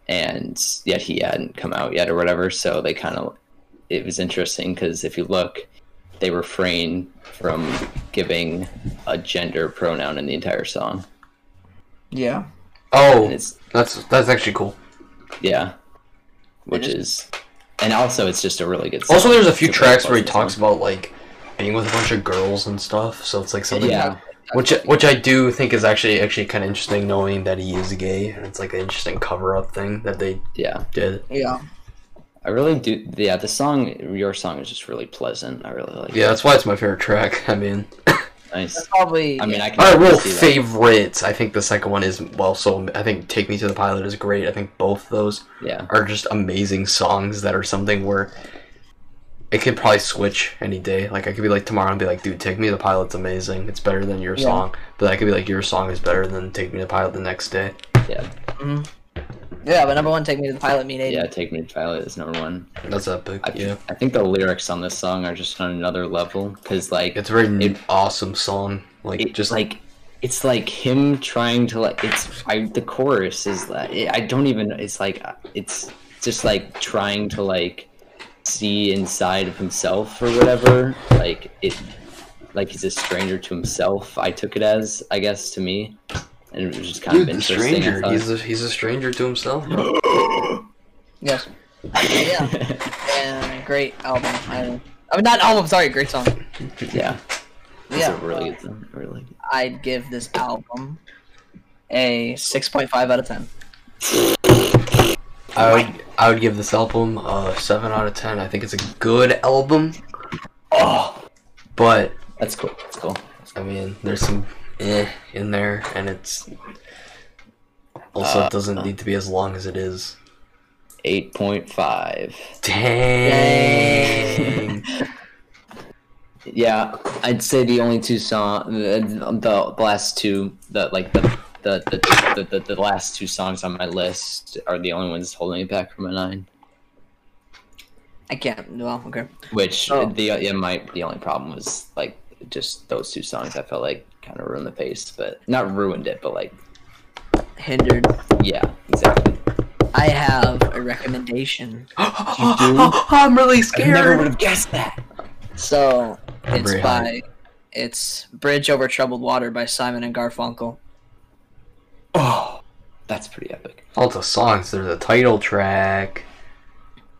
and yet he hadn't come out yet or whatever. So they kind of it was interesting because if you look, they refrain from giving a gender pronoun in the entire song. Yeah. And Oh, it's that's that's actually cool. Yeah, which is, and also it's just a really good. Song. Also, there's a few It's tracks really where he pleasant talks song. about like being with a bunch of girls and stuff. So it's like something. Yeah, Which which I do think is actually actually kind of interesting, knowing that he is gay, and it's like an interesting cover up thing that they yeah. did. Yeah. I really do. Yeah, the song, your song, is just really pleasant. I really like. Yeah, that's why it's my favorite track. I mean. it. nice. That's probably. I mean, I can. My real see that. favorites. I think the second one is well. So I think "Take Me to the Pilot" is great. I think both those Yeah, are just amazing songs that are something where it could probably switch any day. Like I could be like tomorrow and be like, "Dude, Take Me to the Pilot's amazing. It's better than your Yeah. song." But I could be like, "Your song is better than Take Me to the Pilot the next day." yeah, Mhm. Yeah, but number one, take me to the pilot meeting. yeah. Take me to Violet is number one. That's epic. I, yeah, I think the lyrics on this song are just on another level because like it's a very It- awesome song. Like it just just like it's like him trying to like it's I the chorus is like I don't even it's like it's just like trying to like see inside of himself or whatever like it like he's a stranger to himself I took it as I guess to me and it was just kind dude, of the interesting I stranger. thought. He's a, he's a stranger to himself. bro. Yes. yeah. And great album. I, I mean, not album. Sorry, great song. yeah it's Yeah. a really good song really good. I'd give this album a 6.5 out of 10. I would I would give this album a seven out of ten. I think it's a good album, Oh, but that's cool. That's cool. I mean, there's some eh in there, and it's also Uh, it doesn't need to be as long as it is. Eight point five. Dang. Yeah, I'd say the only two song, the, the the last two, the like the the, the the the last two songs on my list are the only ones holding it back from a nine. I can't. Well, okay. Which Oh. the yeah, my the only problem was like just those two songs. I felt like kind of ruined the pace, but not ruined it, but like Hindered. yeah, exactly. I have a recommendation. I'm really I never would scared. have guessed that. So I'm it's very by it's Bridge Over Troubled Water by Simon and Garfunkel. Oh, that's pretty epic. All the songs. There's a title track.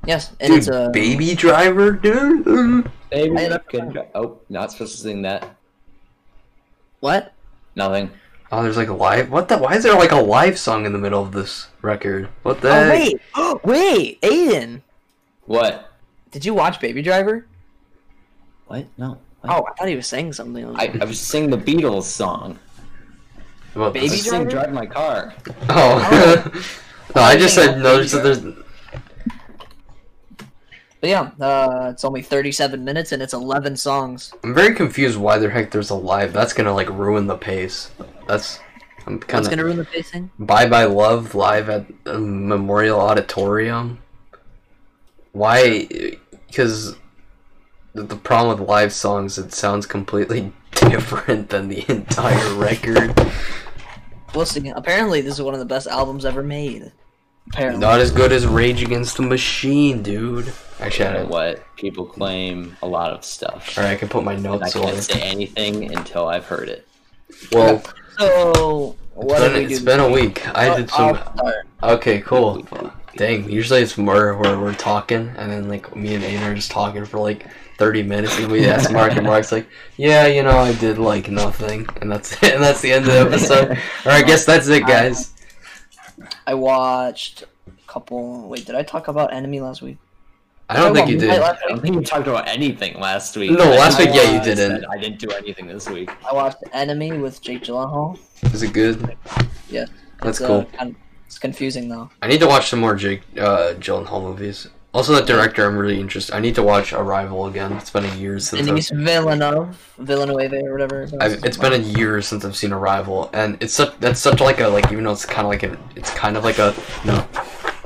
Yes, and Dude, it's a Baby Driver, dude. Baby, I- good- oh, not supposed to sing that. what? Nothing. Oh, there's like a live. What the? Why is there like a live song in the middle of this record? What the? Oh heck? wait, wait, Aiden, What? did you watch Baby Driver? What? No. What? Oh, I thought he was saying something. I was I, like, I was singing the Beatles song. What I was Baby this? singing Driver? Drive My Car. Oh. no, I just said Baby no. So Driver. there's. But yeah, uh, it's only 37 minutes and it's 11 songs. I'm very confused why the heck there's a live. That's gonna like ruin the pace. That's. I'm kind What's of. gonna ruin the pacing? Bye Bye Love live at uh, Memorial Auditorium. Why? Because the, the problem with live songs, it sounds completely different than the entire record. Listen, apparently this is one of the best albums ever made. Apparently. Not as good as Rage Against the Machine, dude. Actually, I And don't. what people claim a lot of stuff. Alright, I can put my I notes can't away. say anything until I've heard it. Well, So what been- did we do? Oh, it's been a week. I did I'll- some. I'll start. Okay, cool. Dang, usually it's more where we're talking, and then like me and Aiden are just talking for like 30 minutes, and we ask Mark, and Mark's like, "Yeah, you know, I did like nothing," and that's it, and that's the end of the episode. Or I guess that's it, guys. I watched a couple. Wait, did I talk about Enemy last week? I don't think you I, did. watched- I don't think we talked about anything last week. No, I last think week, yeah, I you said didn't. I didn't do anything this week. I watched Enemy with Jake Gyllenhaal. Is it good? Yeah. That's It's, uh, cool. kind of- it's confusing though. I need to watch some more Jake uh, Gyllenhaal movies. Also, that director, I'm really interested. I need to watch Arrival again. It's been a year since I've Denise Villeneuve, Villanueva or whatever. I've, it's been a year since I've seen Arrival, and it's such that's such like a like even though it's kind of like an it's kind of like a no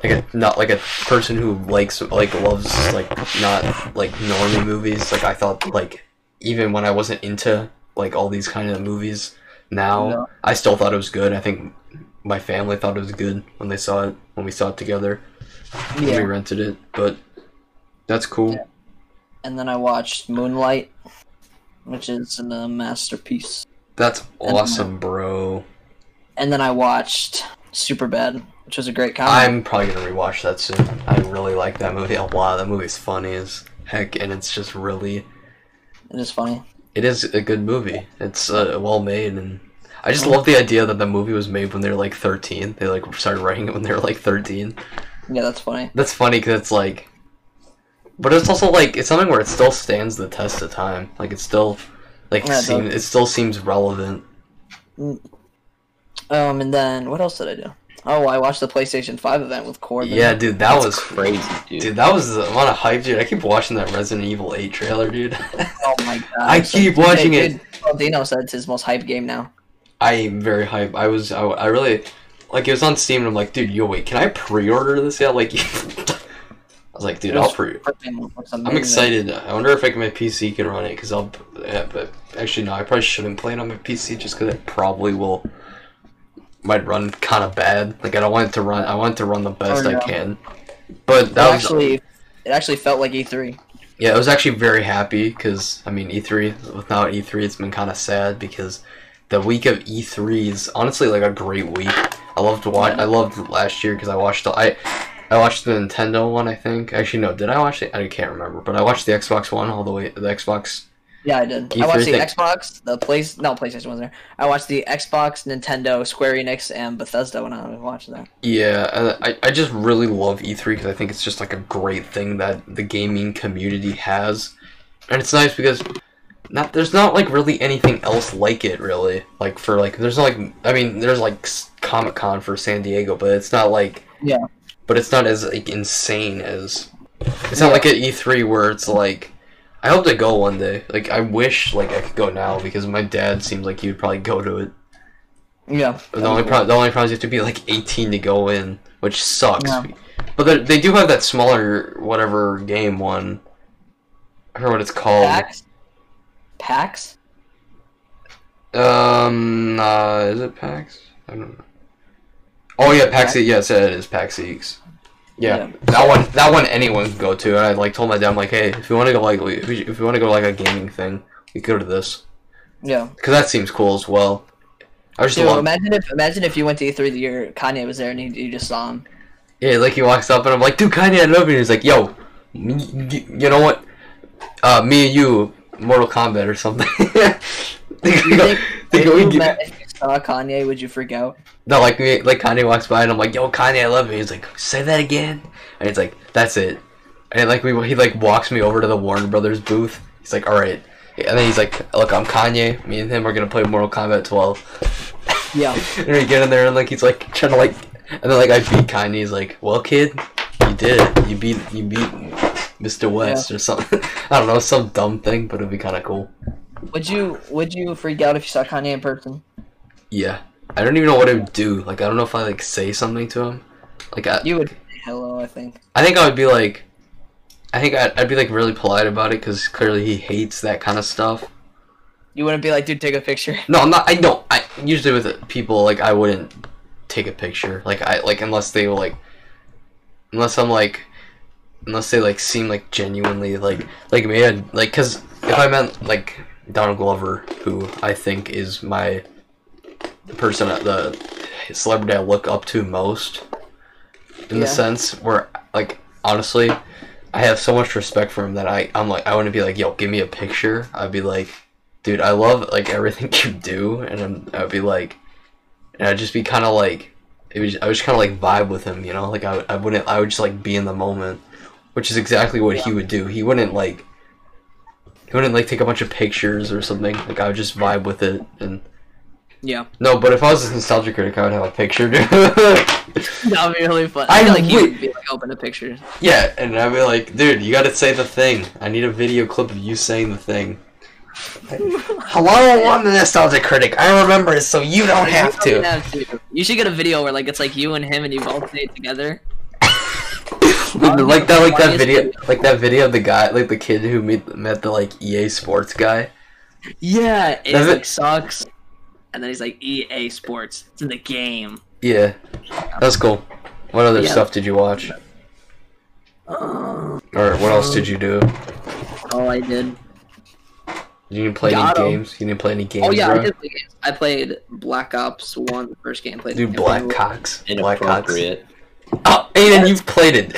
like a not like a person who likes like loves like not like normie movies. Like I thought like even when I wasn't into like all these kind of movies now, No. I still thought it was good. I think my family thought it was good when they saw it when we saw it together. when We yeah. rented it, but that's cool. Yeah. And then I watched Moonlight, which is a masterpiece. That's And- awesome, bro. And then I watched Superbad, which was a great comedy. I'm probably gonna rewatch that soon. I really like that movie a lot. That movie's funny as heck, and it's just really, It is funny. it is a good movie. It's uh, well made, and I just love the idea that the movie was made when they were like 13. They like started writing it when they were like 13. Yeah, that's funny. That's funny because it's like, but it's also like it's something where it still stands the test of time. Like it still, like Yeah, it seems it still seems relevant. Um, and then what else did I do? Oh, I watched the PlayStation Five event with Corbin. Yeah, dude, that was Crazy, dude. Dude, that was the amount of hype, dude. I keep watching that Resident Evil 8 trailer, dude. Oh my god. I keep watching it. Dino said it's his most hype game now. I am very hype. I was, I, I really, like, it was on Steam, and I'm like, dude, yo, wait, can I pre-order this yet? Like, I was like, dude, It was I'll pre. freaking amazing. I'm excited. I wonder if like my PC can run it, cause I'll. Yeah, but actually, no, I probably shouldn't play it on my PC, just cause it probably will. Might run kind of bad. Like, I don't want it to run. I want it to run the best Oh, no. I can. But It that was actually, it actually felt like E E3. yeah, I was actually very happy because I mean E3 without E3 it's been kind of sad because the week of E3 is honestly like a great week. I loved watch. I loved last year because I watched the I I watched the Nintendo one I think. Actually no, did I watch the I can't remember, but I watched the Xbox one all the way the Xbox Yeah, I did. You I watched the think- Xbox, the place, no PlayStation was there. I watched the Xbox, Nintendo, Square Enix, and Bethesda when I was watching that. Yeah, uh, I, I just really love E3 because I think it's just like a great thing that the gaming community has, and it's nice because not there's not like really anything else like it really. Like for like there's not like I mean there's like Comic Con for San Diego, but it's not like Yeah. but it's not as like insane as it's not like at E3 where it's like I hope to go one day. Like I wish like I could go now because my dad seems like he would probably go to it. Yeah. The only pro- the only problem is you have to be like 18 to go in, which sucks. Yeah. But they- they do have that smaller whatever game one. I forgot what it's called. PAX? PAX? Um, uh, is it PAX? I don't know. Oh yeah, PAX. E- Yes, it is PAX Eeks. Yeah, Yeah. that one. That one anyone can go to. And I like told my dad, I'm like, hey, if you want to go like we- if you- if you want to go to, like a gaming thing, we could go to this Yeah. because that seems cool as well. I just Dude, love. imagine if imagine if you went to E E3 the year Kanye was there and you, you just saw him. Yeah, like he walks up and I'm like, dude, Kanye, I love you. And he's like, yo, y- y- you know what? Uh, me and you, Mortal Kombat or something. They You go- think they if go, you "We met, get-" if you saw Kanye, would you freak out? No, like me, like Kanye walks by and I'm like, yo, Kanye, I love you. He's like, say that again. And he's like, that's it. And like we, he like walks me over to the Warner Brothers booth. He's like, all right. And then he's like, look, I'm Kanye. Me and him are gonna play Mortal Kombat 12. Yeah. And we get in there and like he's like trying to like, and then like I beat Kanye. He's like, "Well, kid, you did it. You beat you beat Mr. West or something. I don't know, some dumb thing, but it'd be kind of cool. Would you would you freak out if you saw Kanye in person? Yeah, I don't even know what it would do. Like I don't know if I like say something to him. Like I, You would say hello, I think. I think I would be like, I think I'd, I'd be like really polite about it because clearly he hates that kind of stuff. You wouldn't be like, dude, take a picture. No, I'm not. I know. I usually with people like I wouldn't take a picture. Like I like unless they were like, unless I'm like, unless they like seem like genuinely like like me. I'd, like because if I meant like Donald Glover, who I think is my the person the celebrity I look up to most, in the Yeah. sense where like honestly. I have so much respect for him that I, I'm like I wouldn't be like, yo, give me a picture. I'd be like, dude, I love like everything you do, and I'm, I'd be like, and I'd just be kind of like, it was, I was kind of like vibe with him, you know, like I, I wouldn't, I would just like be in the moment, which is exactly what he would do. He wouldn't like, he wouldn't like take a bunch of pictures or something. Like I would just vibe with it, and Yeah. no, but if I was a nostalgia critic, I would have a picture, dude. That would be really fun. I I feel like you would- would be like open to pictures. yeah, and I'd be like, dude, you gotta say the thing. I need a video clip of you saying the thing. Hello, I'm the nostalgia critic. I remember it, so you don't have You, to. should get a video where like it's like you and him and you both say it together. like that, like that Funniest video, video. like that video of the guy, like the kid who met, met the like EA Sports guy. Yeah, it Does it- like sucks. And then he's like EA Sports. It's in the game. Yeah, that's cool. What other Yeah. stuff did you watch, or what else did you do? all I did. You didn't play any Got 'em. games. You didn't play any games, Oh yeah, I bro. did play games. I played Black Ops One, the first game I played. Dude, Black Cox. Black Cox. Inappropriate. Oh, Aiden, you've played it.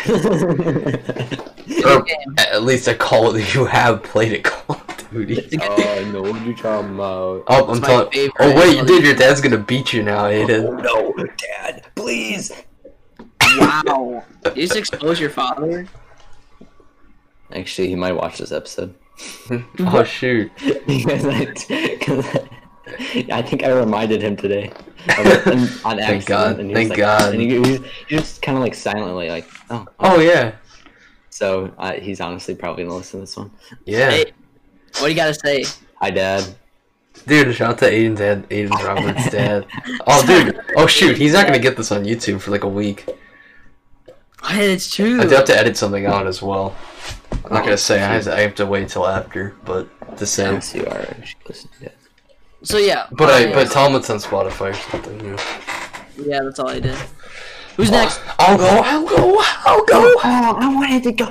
Good game. At least I call it. You have played it, Call of Duty. It's a good- oh, I know what you're talking about. Oh, I'm my telling. favorite. Oh wait, you did. Your dad's gonna beat you now, Aiden. Oh, no, Dad, please. Wow. Did you just expose your father? Actually, he might watch this episode. Oh shoot. because I, because I, I think I reminded him today. Of it, and on accident, Thank God, And he thank was like, God. And he, he, was, he was kind of like silently, like, oh. Oh yeah. So uh, he's honestly probably gonna listen to this one. Yeah. Hey, what do you gotta say? Hi, Dad. Dude, shout out to Aiden's dad, Aiden Roberts' dad. Oh, dude. Oh, shoot. He's not gonna get this on YouTube for like a week. Hey, it's true. I do have to edit something out as well. I'm not gonna say. I have to, I have to wait till after, but the same. Yes, you are. You should listen to it. So yeah. But uh, I yeah, but tell him it's on Spotify or something. You know. yeah, that's all I did. Who's next? I'll go. I'll go. I'll go. Oh, I wanted to go.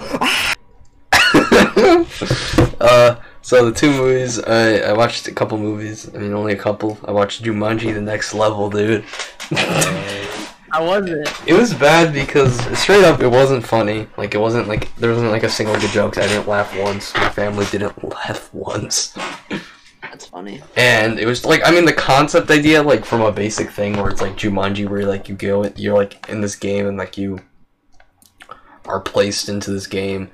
uh, so the two movies I, I watched a couple movies. I mean, only a couple. I watched Jumanji: The Next Level, dude. How was it? It was bad because straight up, it wasn't funny. Like it wasn't like there wasn't like a single good joke. I didn't laugh once. My family didn't laugh once. That's funny. And it was like I mean the concept idea like from a basic thing where it's like Jumanji where like you go you're like in this game and like you are placed into this game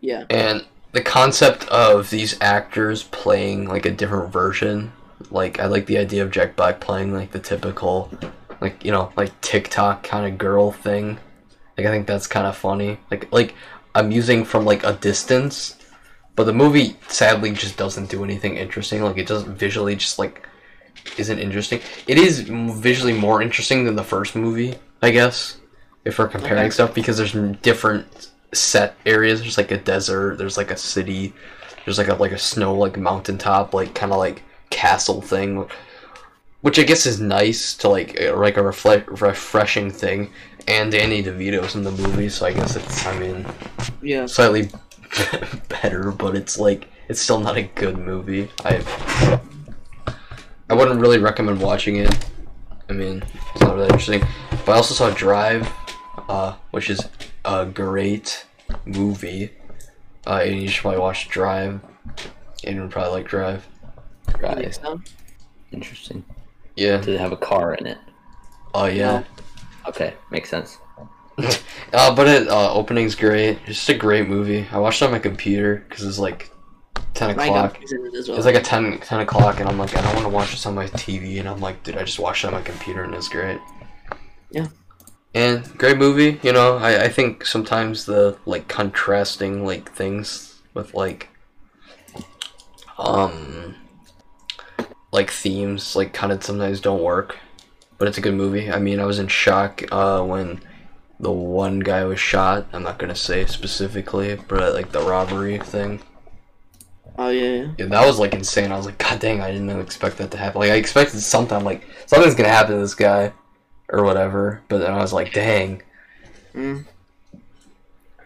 Yeah. and the concept of these actors playing like a different version like i like the idea of jack black playing like the typical like you know like tiktok kind of girl thing like i think that's kind of funny like like amusing from like a distance but the movie sadly just doesn't do anything interesting like it doesn't visually just like isn't interesting it is m- visually more interesting than the first movie i guess if we're comparing Okay. stuff because there's n- different set areas there's like a desert there's like a city there's like a like a snow like mountaintop like kind of like castle thing which i guess is nice to like uh, like a refle- refreshing thing and danny devito's in the movie so i guess it's i mean Yeah. slightly better, but it's like it's still not a good movie. I I wouldn't really recommend watching it. I mean, it's not really interesting. But I also saw Drive, uh, which is a great movie. Uh, and you should probably watch Drive. Aiden would probably like Drive. Right. so? Interesting. Yeah. Did it have a car in it? Oh yeah. Okay, makes sense. Uh, but it uh, opening's great. It's just a great movie. I watched it on my computer because it's like ten My o'clock. dog is in it as well. It's like a 10, 10 o'clock, and I'm like, I don't want to watch this on my TV, and I'm like, dude, I just watched it on my computer, and it's great. Yeah. And great movie, you know. I, I think sometimes the like contrasting like things with like um like themes like kind of sometimes don't work, but it's a good movie. I mean, I was in shock uh, when the one guy was shot. I'm not gonna say specifically, but like the robbery thing. oh yeah. yeah. Yeah, that was like insane. I was like, God dang, I didn't expect that to happen. Like, I expected something, like, something's gonna happen to this guy, or whatever. But then I was like, dang. Mm.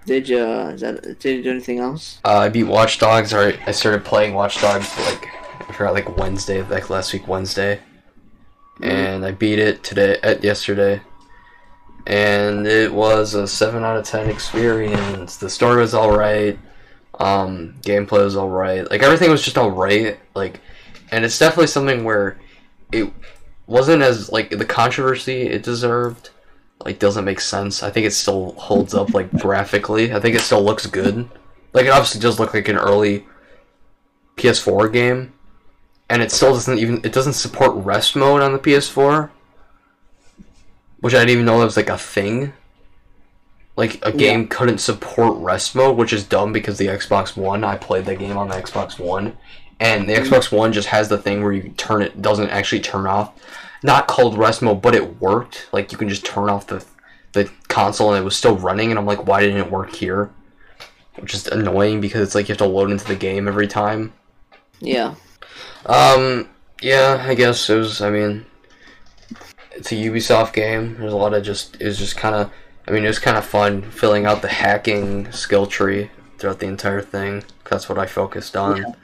Did you? Uh, is that? Did you do anything else? Uh, I beat Watch Dogs, or I started playing Watch Dogs, like, I forgot, like, Wednesday, like, last week, Wednesday. And I beat it today, at yesterday. And it was a 7 out of 10 experience. The story was alright. Um, gameplay was alright. Like, everything was just alright. Like, and it's definitely something where it wasn't as like the controversy it deserved like doesn't make sense i think it still holds up like graphically i think it still looks good like it obviously does look like an early ps4 game and it still doesn't even it doesn't support rest mode on the ps4 which i didn't even know that was like a thing like a game couldn't support rest mode which is dumb because the xbox one i played the game on the xbox one and the Xbox One just has the thing where you turn it doesn't actually turn off. Not called rest mode, but it worked. Like you can just turn off the the console and it was still running. And I'm like, why didn't it work here? Which is annoying because it's like you have to load into the game every time. Yeah. Um, yeah, I guess it was. I mean, it's a Ubisoft game. There's a lot of just. It was just kind of. I mean, it was kind of fun filling out the hacking skill tree throughout the entire thing. 'cause That's what I focused on.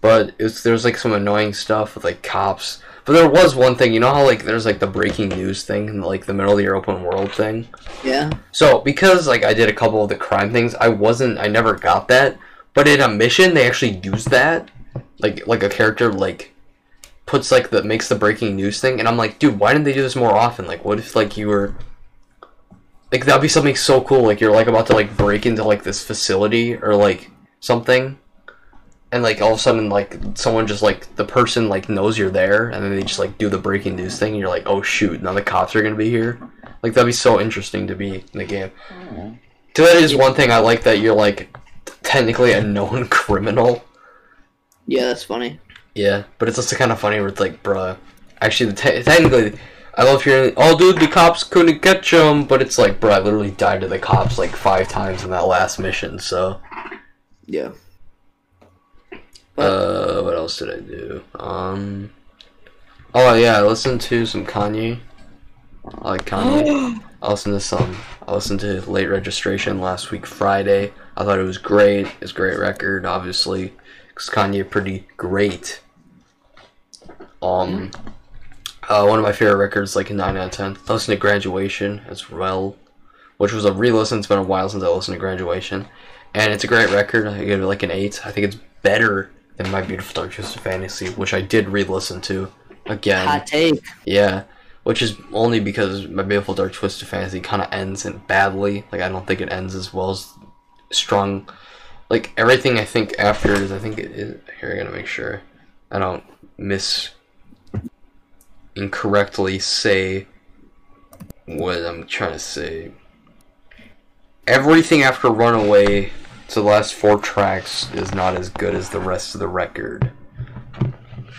But it's there was like some annoying stuff with like cops. But there was one thing. You know how like there's like the breaking news thing in like the middle of your open world thing. Yeah. So because like I did a couple of the crime things, I wasn't I never got that. But in a mission they actually use that. Like like a character like puts like the makes the breaking news thing and I'm like, dude, why didn't they do this more often? Like what if like you were like that'd be something so cool, like you're like about to like break into like this facility or like something and like all of a sudden like someone just like the person like knows you're there and then they just like do the breaking news thing and you're like, Oh shoot, now the cops are gonna be here. Like that'd be so interesting to be in the game. So that is one thing I like that you're like t- technically a known criminal. Yeah. That's funny. Yeah, but it's also kind of funny where it's like, bruh. Actually, the te- technically, I love hearing, "Oh, dude, the cops couldn't catch him," but it's like, bruh, I literally died to the cops like five times in that last mission. So, Yeah. uh, what else did I do? Um, oh yeah, I listened to some Kanye. I like Kanye. I listened to some. I listened to Late Registration last week, Friday. I thought it was great. It's a great record, obviously, because Kanye pretty great. Um, Uh, one of my favorite records, like a 9 out of 10. I listened to Graduation as well, which was a re listen. It's been a while since I listened to Graduation. And it's a great record. I give it like an 8. I think it's better than My Beautiful Dark Twisted Fantasy, which I did re listen to again. Hot take. Yeah, which is only because my beautiful dark twisted fantasy kind of ends in badly. Like I don't think it ends as well as strong. Like everything I think after is I think it is. Here I gotta make sure I don't miss incorrectly say what I'm trying to say. Everything after Runaway to the last four tracks is not as good as the rest of the record.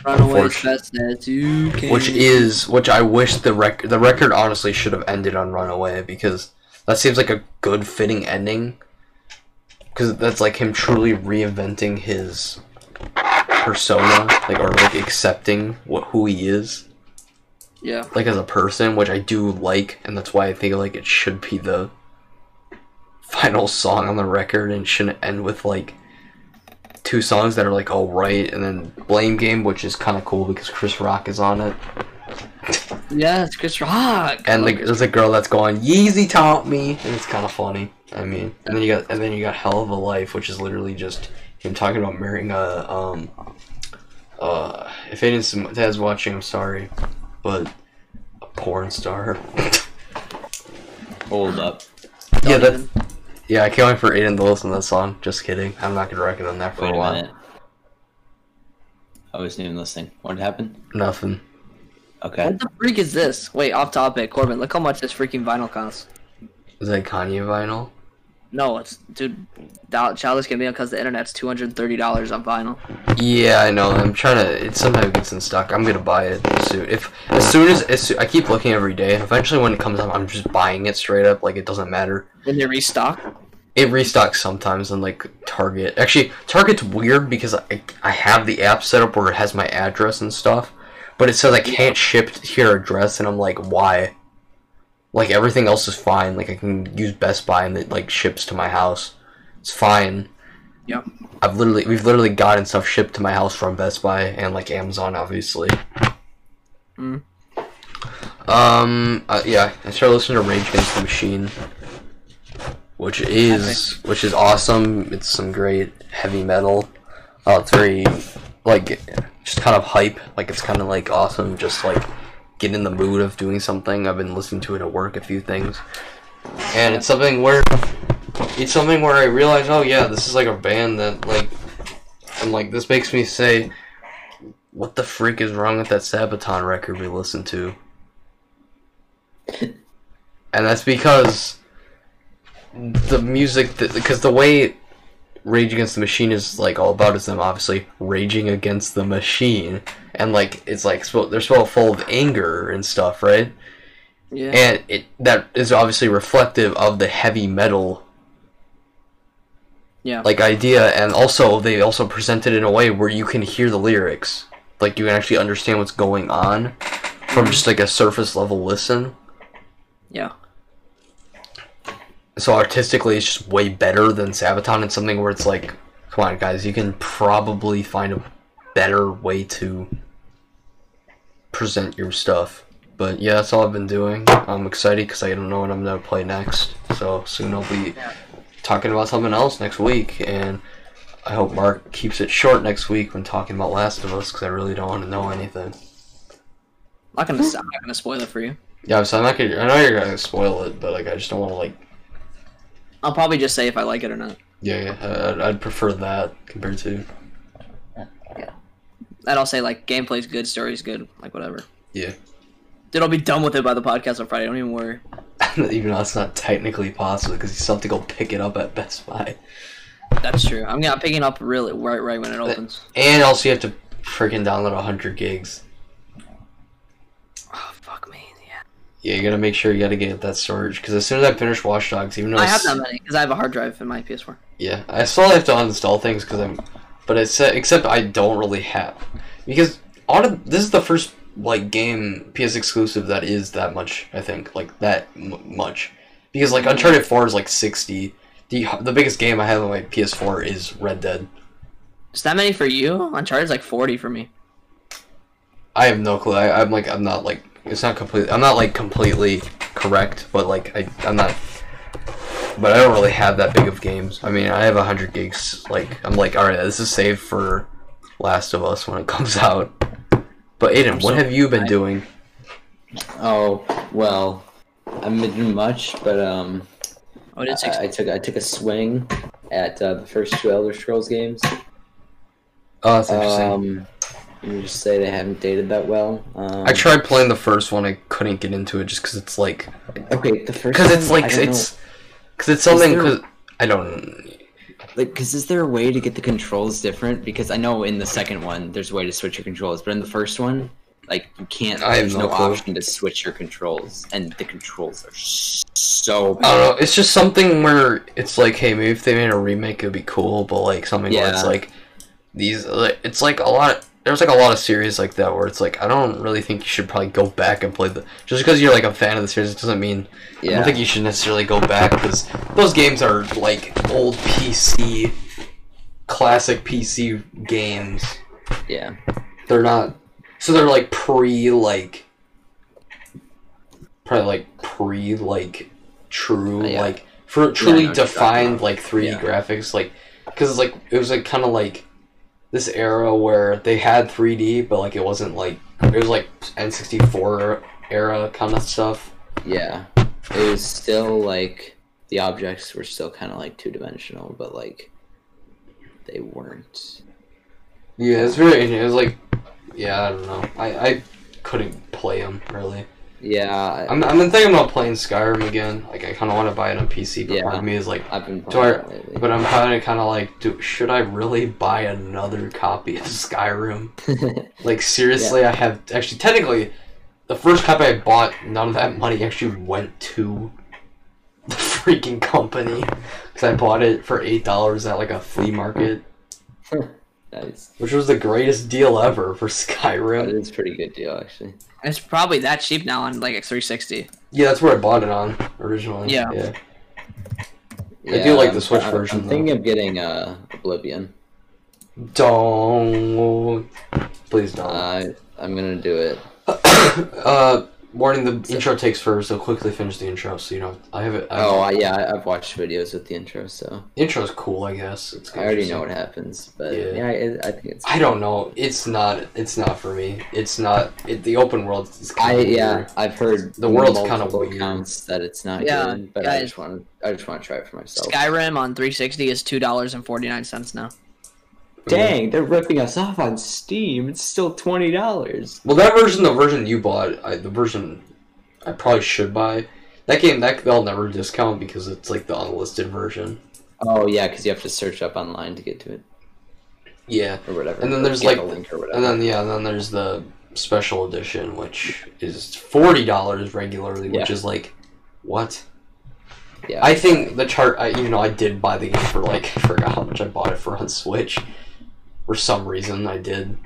Run away as Unfortunate. fast as you can. which is which I wish the record the record honestly should have ended on Runaway because that seems like a good fitting ending because that's like him truly reinventing his persona like or like accepting what who he is yeah. like as a person which I do like and that's why I think like it should be the final song on the record and shouldn't end with like two songs that are like all right and then blame game which is kind of cool because chris rock is on it Yeah, it's Chris Rock. and Love like, Chris- there's a girl that's going Yeezy taught me, and it's kind of funny. I mean, and then you got and then you got Hell of a Life, which is literally just him talking about marrying a um uh if anyone's dad's watching, I'm sorry, but a porn star. Hold up. yeah, Don't that even- yeah. I can't wait for Aiden to listen to that song. Just kidding. I'm not gonna recommend that for Wait a a while. minute. I wasn't even listening. What happened? Nothing. Okay. What the freak is this? Wait, off topic, Corbin. Look how much this freaking vinyl costs. Is that Kanye vinyl? No, it's dude. Dol- Childish Gambino because the internet's two hundred and thirty dollars on vinyl. Yeah, I know. I'm trying to. It sometimes gets in stock. I'm gonna buy it soon. If as soon as, as soon, I keep looking every day, and eventually when it comes out, I'm just buying it straight up. Like it doesn't matter. When they restock, It restocks sometimes on like Target. Actually, Target's weird because I I have the app set up where it has my address and stuff, but it says I can't ship to your address, and I'm like, why? Like everything else is fine. Like I can use Best Buy, and it like ships to my house. It's fine. yeah. I've literally we've literally gotten stuff shipped to my house from Best Buy and like Amazon, obviously. Mm. Um. Uh, yeah, I started listening to Rage Against the Machine, which is which is awesome. It's some great heavy metal. Uh, it's very like just kind of hype. Like it's kind of like awesome. Just like get in the mood of doing something. I've been listening to it at work a few things, and it's something where it's something where I realize, oh yeah, this is like a band that like I'm like this makes me say, what the freak is wrong with that Sabaton record we listened to? and that's because the music, that because the way Rage Against the Machine is like all about is them obviously raging against the machine, and like it's like spo- they're so full of anger and stuff, right? Yeah. and it that is obviously reflective of the heavy metal yeah. like idea and also they also present it in a way where you can hear the lyrics like you can actually understand what's going on from just like a surface level listen yeah. so artistically it's just way better than sabaton and something where it's like come on guys you can probably find a better way to present your stuff but yeah that's all i've been doing i'm excited because i don't know what i'm going to play next so soon i'll be talking about something else next week and i hope mark keeps it short next week when talking about last of us because i really don't want to know anything I'm not gonna. I'm not gonna spoil it for you. yeah so i'm not gonna i know you're gonna spoil it but like i just don't want to like I'll probably just say if I like it or not. yeah, yeah I'd, I'd prefer that compared to And I'll say like gameplay's good, story's good, like whatever. yeah Dude, I'll be done with it by the podcast on Friday. Don't even worry. Even though it's not technically possible because you still have to go pick it up at Best Buy. That's true. I'm not picking up really right right when it opens. And also, you have to freaking download 100 gigs. Oh fuck me. Yeah. Yeah, you gotta make sure you gotta get that storage because as soon as I finish Watch Dogs, even though I it's- have that many because I have a hard drive in my PS4. Yeah, I still have to uninstall things because I'm, but I said except I don't really have because out of this is the first like game PS exclusive that is that much I think like that m- much because Mm-hmm. like Uncharted Four is like sixty. The the biggest game I have on my PS4 is Red Dead. Is that many for you? Uncharted's like 40 for me. I have no clue. I, I'm like I'm not like it's not complete. I'm not like completely correct, but like I I'm not. But I don't really have that big of games. I mean, I have hundred gigs. Like I'm like all right, this is saved for Last of Us when it comes out. But Aiden, what so have you been I- doing? Oh well, I haven't been doing much, but um, Oh, it is I, I took I took a swing at uh, the first two Elder Scrolls games. Oh, that's interesting. Um, let me just say they haven't dated that well. Um, I tried playing the first one. I couldn't get into it just because it's like okay, the first because it's one, like I don't know. it's because it's something there- because I don't. Like, cause is there a way to get the controls different? Because I know in the second one there's a way to switch your controls, but in the first one, like you can't. I have there's no no, clue. option to switch your controls, and the controls are s- so I bad. don't know. It's just something where it's like, hey, maybe if they made a remake, it'd be cool. But like something where it's Yeah. like these, like, it's like a lot. There's like a lot of series like that where it's like I don't really think you should probably go back and play the just because you're like a fan of the series it doesn't mean I Yeah. don't think you should necessarily go back because those games are like old PC classic PC games yeah. They're not. So they're like pre like. Probably like pre like true Yeah. like for know what truly you're talking defined about. like 3D Yeah. graphics like because it's like it was like kind of like this era where they had 3D but like it wasn't like it was like N64 era kind of stuff. Yeah. It was still like the objects were still kind of like two dimensional, but like they weren't. Yeah, it's very interesting. It was like yeah, I don't know. I I couldn't play them really. Yeah, I'm I'm thinking about playing Skyrim again. Like I kind of want to buy it on PC, but Yeah. part of me is like I, have been Do I- playing that lately. But I'm kind of kind of like, do, should I really buy another copy of Skyrim? Like seriously, I have actually technically, the first copy I bought, none of that money actually went to the freaking company because I bought it for eight dollars at like a flea market, nice. which was the greatest deal ever for That Skyrim. is a pretty good deal actually. It's probably that cheap now on like a 360. Yeah, that's where I bought it on originally. Yeah. yeah. I do like the I'm- Switch I'm- version, I'm thinking of getting uh Oblivion. Don't please don't. Uh, I'm gonna do it. uh, warning: the intro takes forever, so quickly finish the intro. So you know, I have it. I- Oh I, yeah, I, I've watched videos with the intro, so intro's cool, I guess. It's I already interesting. know what happens. But Yeah. yeah, I, I think it's. I don't know. It's not. It's not for me. It's not. It, the open world is. I kinda yeah, weird. I've heard The world's kinda multiple weird. counts that it's not Yeah, good, but I guys. just want to I just want to try it for myself. Skyrim on 360 is two dollars and forty nine cents now. Dang, they're ripping us off on Steam. It's still twenty dollars. Well, that version, the version you bought, I, the version I probably should buy. That game, that they'll never discount because it's like the unlisted version. Oh yeah, because you have to search up online to get to it Yeah, or whatever. And then or there's, get like- a link or whatever. and then yeah, and then there's the special edition, which is forty dollars regularly, which Yeah. is like, what? yeah, I think the chart, I, you know, I did buy the game for like, I forgot how much I bought it for on Switch. For some reason, I did.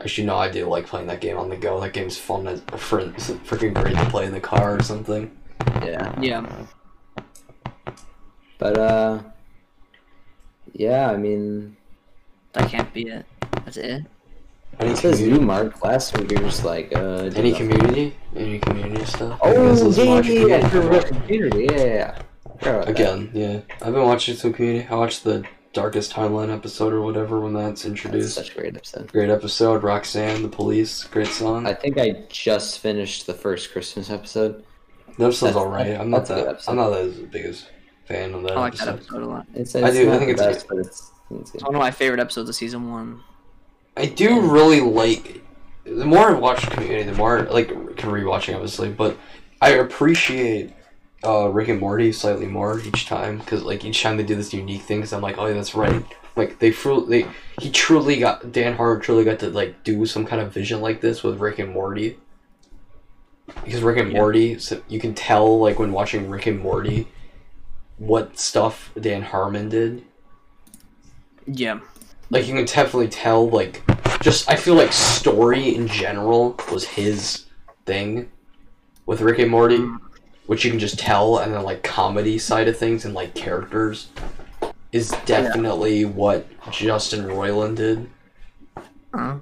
Actually, no, I do like playing that game on the go. That game's fun. As, fr- freaking great to play in the car or something. yeah, Yeah, but uh, yeah. I mean, that can't be it. That's it. Any it says you, community? Mark. Last week you're just like uh. did Any nothing. community? Any community stuff? You guys Oh listen to yeah, much yeah, yeah, community? you're right, community, yeah, yeah, yeah. Forgot about that. Again, yeah. I've been watching some community. I watched the Darkest Timeline episode or whatever when that's That's introduced. such a great episode. Great episode. Roxanne, The Police, great song. I think I just finished the first Christmas episode. That episode's That's- alright. I'm not that's a good that. episode. I'm not as the biggest fan of that I like that episode. episode a lot. It's, I it's do, I Not think the it's best, but it's, it's good. It's one of my favorite episodes of season one. I do really like. The more I watch Community, the more like can rewatching obviously, but I appreciate uh, Rick and Morty slightly more each time because like each time they do this unique thing, 'cause I'm like, oh yeah, that's right. Like they truly, they he truly got Dan Harmon truly got to like do some kind of vision like this with Rick and Morty. Because Rick and Yeah. Morty, so you can tell like when watching Rick and Morty, what stuff Dan Harmon did Yeah, like you can definitely tell like just i feel like story in general was his thing with rick and morty which you can just tell and then like comedy side of things and like characters is definitely what justin roiland did uh,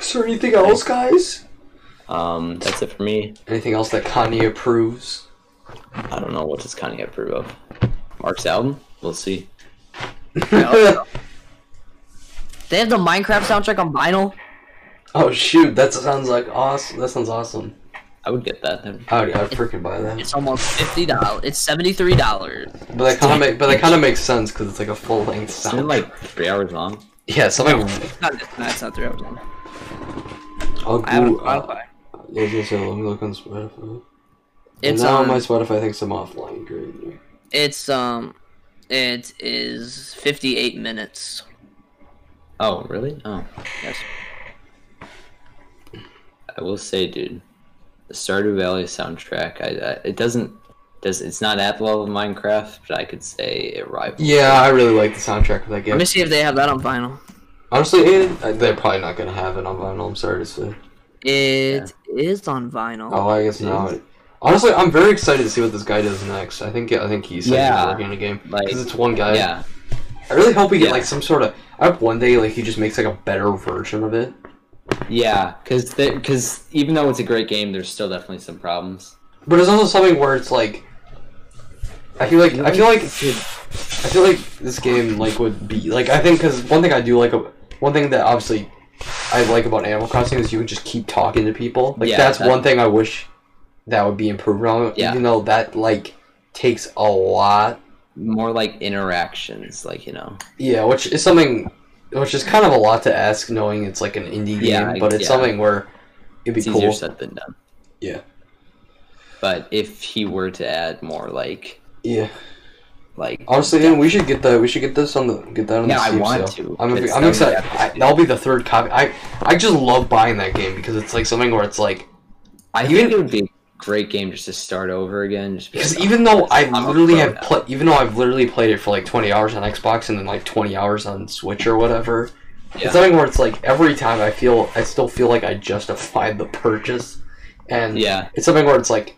Is there anything else, guys? Um, that's it for me. Anything else that Kanye approves? I don't know what does Kanye approve of. Mark's album. We'll see. oh They have the Minecraft soundtrack on vinyl. Oh, shoot, that sounds like awesome. That sounds awesome. I would get that. That'd be- I would, I would freaking buy that. It's almost fifty dollars. It's seventy three dollars. But that kind of make, but that kind of makes sense because it's like a full length Isn't it sound. like three hours long? yeah, something. That's not three hours long. I'll I have it on go. Uh, Spotify. yeah, I was gonna say, let me look on Spotify. And It's now on. my Spotify thinks I'm offline. Great. It's um, it is fifty eight minutes. Oh, really? Oh, Yes. I will say, dude, the Stardew Valley soundtrack. I, I it doesn't does it's not at the level of Minecraft, but I could say it rivals. Yeah, I really like the soundtrack of that Let game. me see if they have that on vinyl. Honestly, it, uh, they're probably not gonna have it on vinyl. I'm sorry to say. It is on vinyl. Oh, I guess not. Honestly, I'm very excited to see what this guy does next. I think I think he's Yeah. working on a game because Like- it's one guy. Yeah, I really hope we get Yeah. like some sort of. I hope one day like he just makes like a better version of it. yeah, because because even though it's a great game, there's still definitely some problems. But it's also something where it's like, I feel like I feel like I feel like this game like would be like I think because one thing I do like a- one thing that obviously I like about Animal Crossing is you can just keep talking to people. Like Yeah, that's that- one thing I wish that would be improved on. Yeah. Even though that like takes a lot. More like interactions, like you know. Yeah, which is something, which is kind of a lot to ask, knowing it's like an indie Yeah, game, but it's yeah. something where it'd be it's cool. easier said than done. Yeah. But if he were to add more like Yeah. like Honestly, Dan, we should get the we should get this on the get that on Yeah, the I Steam want sale. to. I'm, It's- I'm that would excited. be I, that'll be the third copy. I I just love buying that game because it's like something where it's like I even- think it would be a great game just to start over again. Just be because like, even though I I'm a literally pro have now. played even though I've literally played it for like 20 hours on Xbox and then like 20 hours on Switch or whatever, Yeah. it's something where it's like every time I feel I still feel like I justified the purchase, and yeah, it's something where it's like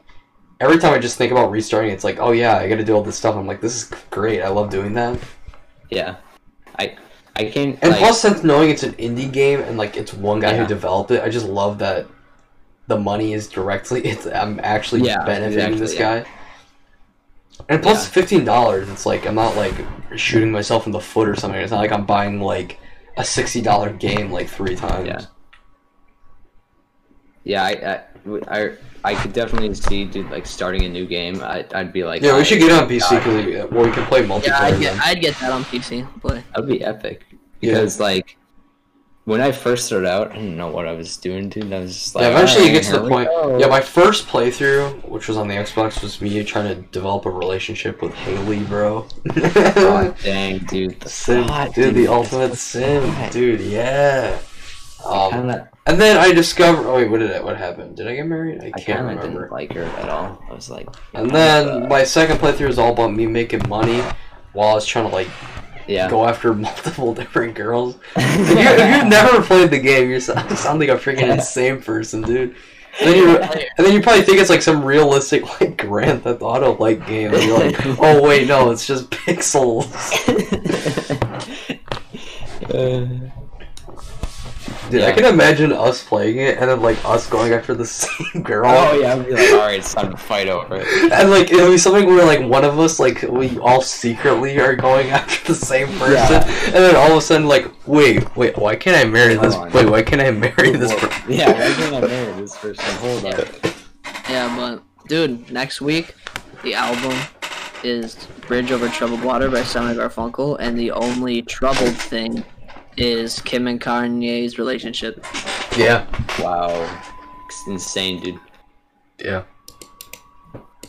every time I just think about restarting, it's like oh yeah, I got to do all this stuff. I'm like this is great. I love doing that. yeah. I I can't And like, plus, since knowing it's an indie game and like it's one guy Yeah. who developed it, I just love that the money is directly. It's I'm actually Yeah, benefiting exactly, this yeah. guy. And plus, fifteen dollars. It's like I'm not like shooting myself in the foot or something. It's not like I'm buying like a sixty dollar game like three times. Yeah. yeah, I, I I I could definitely see dude like starting a new game. I I'd be like Yeah, we should get it on PC God. because we, uh, well, we can play multiplayer. Yeah, I'd get, then. I'd get that on PC. But That would be epic. Yeah. Because like when I first started out, I didn't know what I was doing, dude. I was just like Yeah, eventually you "Alright, get to uh, here the we point. go." Yeah, my first playthrough, which was on the Xbox, was me trying to develop a relationship with Haley, bro. Oh, God dang, dude. the Sim, thought, dude, the dude, ultimate that's sim, thought. dude, yeah. Um, kinda- and then I discovered. Oh wait, what did it? What happened? Did I get married? I I can't kind of remember. didn't like her at all. I was like, And then my second playthrough is all about me making money while I was trying to like yeah, go after multiple different girls. If, you, if you've never played the game, you sound you sound like a freaking insane person, dude. And then, you, and then you probably think it's like some realistic like Grand Theft Auto like game, and you're like, oh wait, no, it's just pixels. Uh, Dude, I Yeah. can imagine us playing it and then like us going after the same girl. oh yeah, I'd be like, all right, it's time to fight over it. And like it'll be something where like one of us like we all secretly are going after the same person, and then all of a sudden like wait wait why can't I marry this Hold on. wait why can't I marry this person? yeah, I think I married this person. Hold on. yeah, but dude, next week the album is "Bridge Over Troubled Water" by Simon Garfunkel, and the only troubled thing is Kim and Kanye's relationship. Yeah Wow, it's insane, dude. yeah